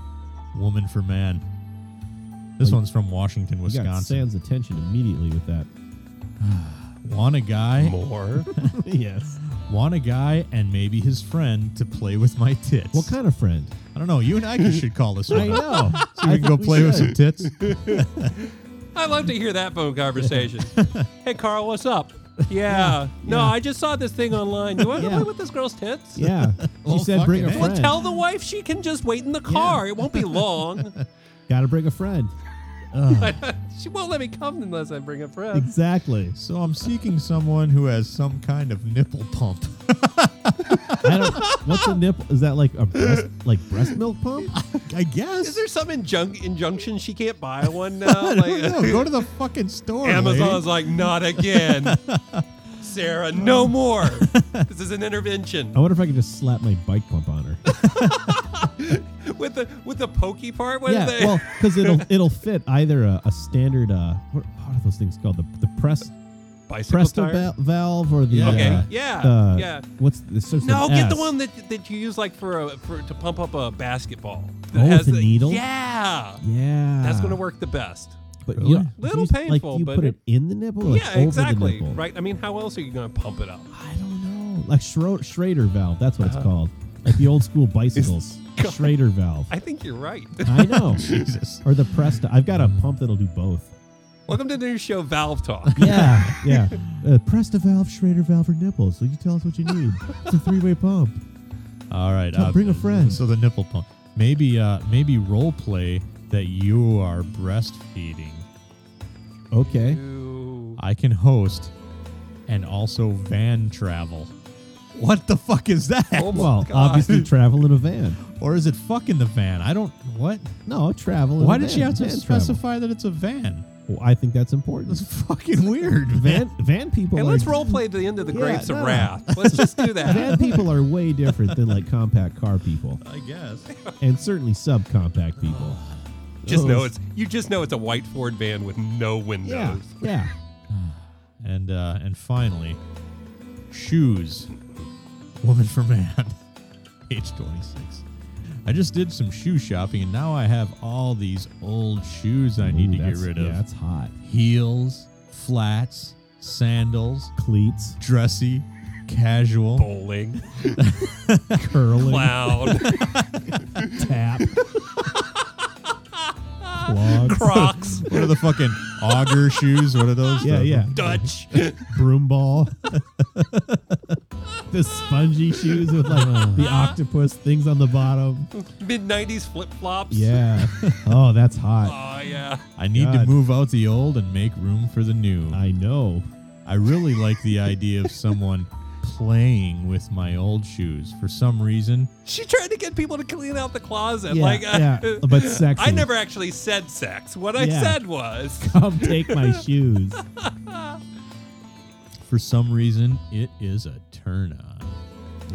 woman for man. This
Well,
one's from Washington,
You got
Wisconsin.
Sam's attention immediately with that.
Want a guy?
More.
yes.
Want a guy and maybe his friend to play with my tits?
What kind of friend?
I don't know. You and I should call this one.
I know.
So we can go play with some tits.
I love to hear that phone conversation. hey, Carl, what's up? Yeah. No, I just saw this thing online. You want to
Yeah.
play with this girl's tits?
Yeah.
Well,
She said bring a
fucking
friend.
A.
Well, tell the wife she can just wait in the car. It won't be long.
Gotta bring a friend.
she won't let me come unless I bring a friend.
Exactly.
So I'm seeking someone who has some kind of nipple pump.
I don't, what's a nipple? Is that like a breast, like breast milk pump?
I guess.
Is there some injun- injunction she can't buy one now? Like,
no, go to the fucking store.
Amazon's
lady.
like, not again. Sarah,
Um.
no more. This is an intervention.
I wonder if I could just slap my bike pump on her.
With the with the pokey part, what
yeah,
are they?
well, because it'll it'll fit either a, a standard uh what, what are those things called the the press
bicycle
presto
tire?
val- valve or the
Okay,
uh,
yeah,
the-
yeah.
what's the, it starts
No,
with an
get the
S.
one that that you use like for, a, for to pump up a basketball.
Oh, with the needle?
Yeah,
yeah
that's gonna work the best.
but
Really?
you know,
Little
you, like,
painful,
do you
but
put
it-
it, in the nipple or Oh, it's
yeah,
over
exactly.
the nipple?
Right. I mean, how else are you gonna pump it up?
I don't know like Schro- Schrader valve that's what it's called like the old school bicycles Schrader valve
I think you're right.
I know
Jesus.
or the presto I've got a pump that'll do both
Welcome to the new show, Valve Talk.
yeah yeah uh, Presta valve Schrader valve or nipple so you tell us what you need it's a three way pump
All right.
Come, bring a friend.
Uh, So the nipple pump. Maybe uh maybe role play that you are breastfeeding.
okay.
Ooh.
I can host and also van travel. What the fuck is that?
Oh my
Well,
God.
obviously travel in a van.
Or is it fucking the van? I don't what?
No, travel. In
Why
a
did
van.
she have to
Van travel.
specify that it's a van?
Well, Oh, I think that's important.
That's fucking weird.
Van van people.
Hey,
are,
let's role play the end of the
Yeah,
Grapes of
no.
Wrath. Let's just do that.
Van people are way different than like compact car people,
I guess.
and certainly subcompact people.
just know it's you just know it's a white Ford van with no windows.
Yeah, yeah.
And uh, and finally, shoes. Woman for man. Age 26. I just did some shoe shopping and now I have all these old shoes I need
Ooh,
to get
that's-
rid of.
Yeah, that's hot.
Heels, flats, sandals,
Cleats,
dressy, casual,
Bowling,
curling,
clown,
tap, clogs,
Crocs,
what are the fucking auger shoes? What are those?
Yeah,
The-
yeah.
Dutch.
broom ball, the spongy shoes with like the octopus things on the bottom.
mid '90s flip flops.
Yeah. Oh, that's hot.
Oh yeah.
I need to
God.
move out the old and make room for the new.
I know.
I really like the idea of someone playing with my old shoes. For some reason,
She tried to get people to clean out the closet.
Yeah,
like, uh,
yeah, but sexy.
I never actually said sex. What I
Yeah.
said was,
Come take my shoes.
for some reason, it is a turn on.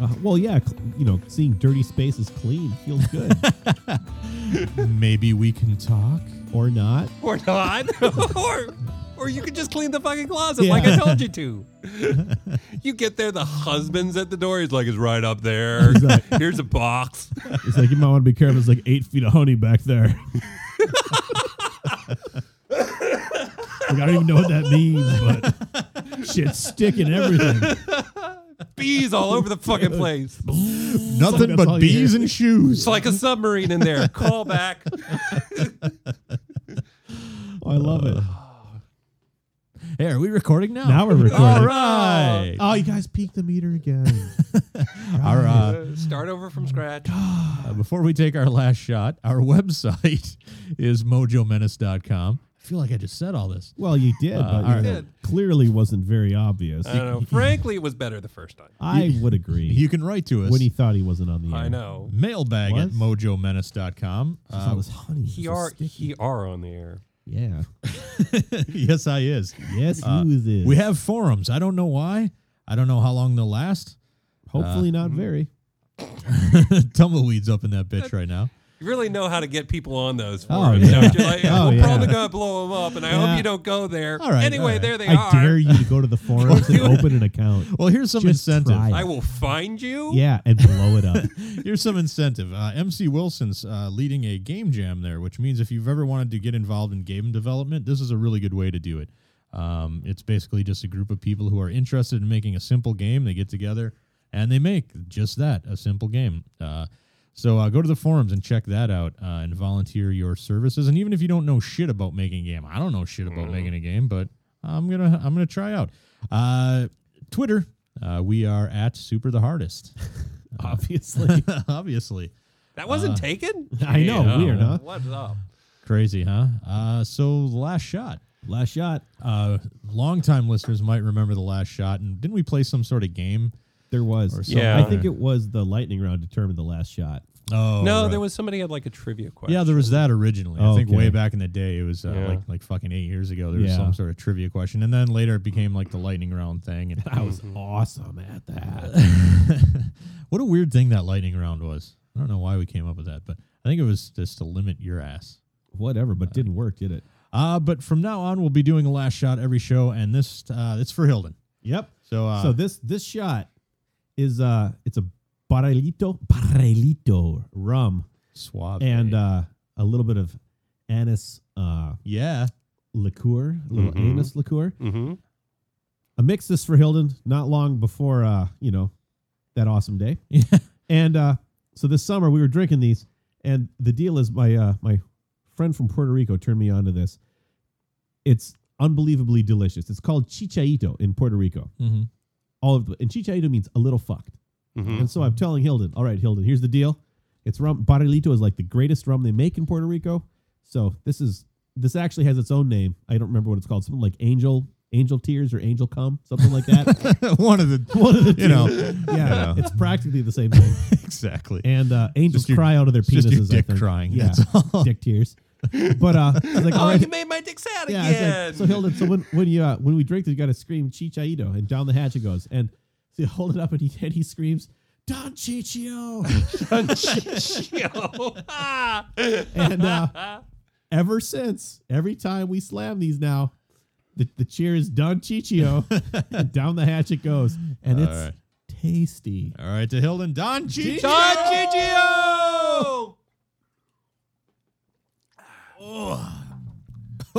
Uh, well, yeah, cl- you know, seeing dirty spaces clean feels good,
Maybe we can talk.
or not.
or not, or or you could just clean the fucking closet
Yeah.
like I told you to. you get there, the husband's at the door. He's like, it's right up there.
He's like-
Here's a box.
It's like you might want to be careful. It's like eight feet of honey back there. Like, I don't even know what that means, but shit's sticking everything.
Bees all over the fucking place.
Nothing
That's all
but
you
bees
hear.
and shoes.
It's like a submarine in there. Call back.
Oh, I love it.
Hey, are we recording now?
Now we're recording.
All right.
Oh, you guys peaked the meter again.
All right.
Start over from scratch.
Uh, before we take our last shot, our website is mojomenace.com. I feel like I just said all this.
well, you did,
Uh,
but
all right.
you know, clearly wasn't very obvious.
I don't know. Frankly, it was better the first time.
I would agree.
You can write to us.
when he thought he wasn't on the air.
I know.
mailbag at
What?
mojomenace.com.
Just all
Uh,
this honey.
He
This is
are
sticky.
he are on the air.
Yeah.
yes, I is.
Yes,
Uh,
he is.
We have forums. I don't know why. I don't know how long they'll last.
Hopefully not very.
Tumbleweed's up in that
Uh,
bitch right now.
You really know how to get people on those
Oh,
forums.
yeah.
don't you? Like,
Oh,
we're
yeah.
probably gonna blow them up, and I
Yeah.
hope you don't go there.
All right, all
anyway,
right.
there they
I
are.
dare you to go to the forums and open an account.
Well, here's some
Just
incentive.
try it.
I will find you.
Yeah, and blow it up.
Here's some incentive. Uh, MC Wilson's uh, leading a game jam there, which means if you've ever wanted to get involved in game development, this is a really good way to do it. Um, it's basically just a group of people who are interested in making a simple game. They get together and they make just that a simple game. Uh, so uh, go to the forums and check that out uh, and volunteer your services. And even if you don't know shit about making a game, I don't know shit about making a game, but I'm gonna I'm gonna try out. Uh, Twitter, uh, we are at Super the Hardest.
Obviously.
obviously.
That wasn't taken.
Uh, I know,
Yeah.
weird, huh?
What's up?
Crazy, huh? Uh, so the last shot.
Last shot.
Uh, longtime listeners might remember the last shot. And didn't we play some sort of game?
There was.
something.
I think it was the lightning round determined the last shot.
Oh
no,
right.
there was somebody had like a trivia question.
Yeah, there was that originally. I think
Okay.
way back in the day, it was uh,
Yeah.
like like fucking eight years ago. There was
Yeah.
some sort of trivia question, and then later it became like the lightning round thing. And
I was awesome at that.
what a weird thing that lightning round was. I don't know why we came up with that, but I think it was just to limit your ass.
Whatever, but didn't work, did it?
Uh, but from now on, we'll be doing a last shot every show, and this uh, it's for Hilden.
Yep.
So uh,
so this this shot is uh it's a barrelito barrelito rum
suave
and uh a little bit of anise uh
yeah.
liqueur, a little
Mhm.
anise liqueur.
hmm
I mixed this for Hilden not long before uh, you know, that awesome day.
Yeah.
And uh so this summer we were drinking these and the deal is my uh my friend from Puerto Rico turned me onto this. It's unbelievably delicious. It's called chichaito in Puerto Rico.
Mm-hmm.
All of the, and chichaito means a little fucked.
hmm
And so I'm telling Hilden, all right, Hilden, here's the deal. It's rum. Barrilito is like the greatest rum they make in Puerto Rico. So this is this actually has its own name. I don't remember what it's called. Something like Angel Angel Tears or Angel Cum, something like that.
one of the
uh, One of the
you know
two. yeah,
know.
it's practically the same thing.
exactly
And uh, angels
Just your-
cry out of their
it's just
penises.
your
I
dick
think.
crying,
Yeah,
that's all.
dick tears. But uh, it's like, all
Oh,
right,
you made my dick sad
yeah, it's like,
again.
so Hilden, so when when you uh, when we drink, this, you got to scream Chichaito, and down the hatch it goes, and so you hold it up, and he and he screams Don Chichio,
Yo. Ah.
and uh, ever since, every time we slam these now, the, the cheer is Don Chichio, and down the hatch it goes, and it's
right.
tasty.
all right to Hilden Don G.
Don Gigio.
Ah.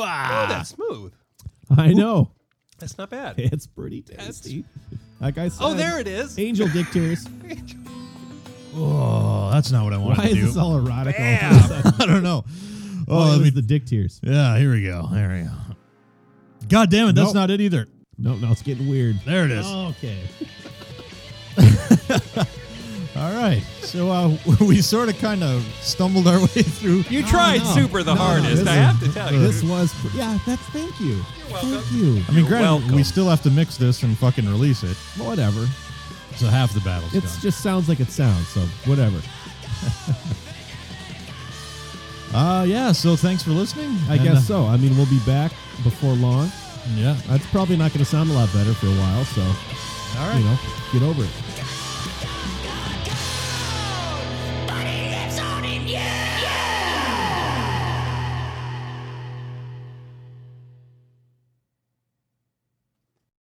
Oh, that's smooth.
I know
That's not bad.
it's pretty tasty. Like I said,
Oh, there it is.
Angel dick tears.
Oh, that's not what I wanted
Why
to
is
do.
this all erotic? all of a
Bam.
sudden?
I don't know.
Oh,
Oh,
it
let
was
me.
the dick tears.
yeah, here we go. There we go. God damn it, that's
Nope.
not it either.
No, no, it's getting weird.
There it is.
Okay.
All right. So uh, we sort of kind of stumbled our way through.
You tried
no.
super the
No, no,
hardest.
this
I
is-
have to tell you.
This was, yeah, that's, thank you. Thank you.
I mean,
You're
granted,
welcome.
we still have to mix this and fucking release it.
Whatever.
So half the battle's
It
done.
just sounds like it sounds, so whatever.
uh, yeah. So thanks for listening.
I
uh,
guess so. I mean, we'll be back before long.
Yeah.
That's probably not going to sound a lot better for a while, so,
All right.
you know, get over it.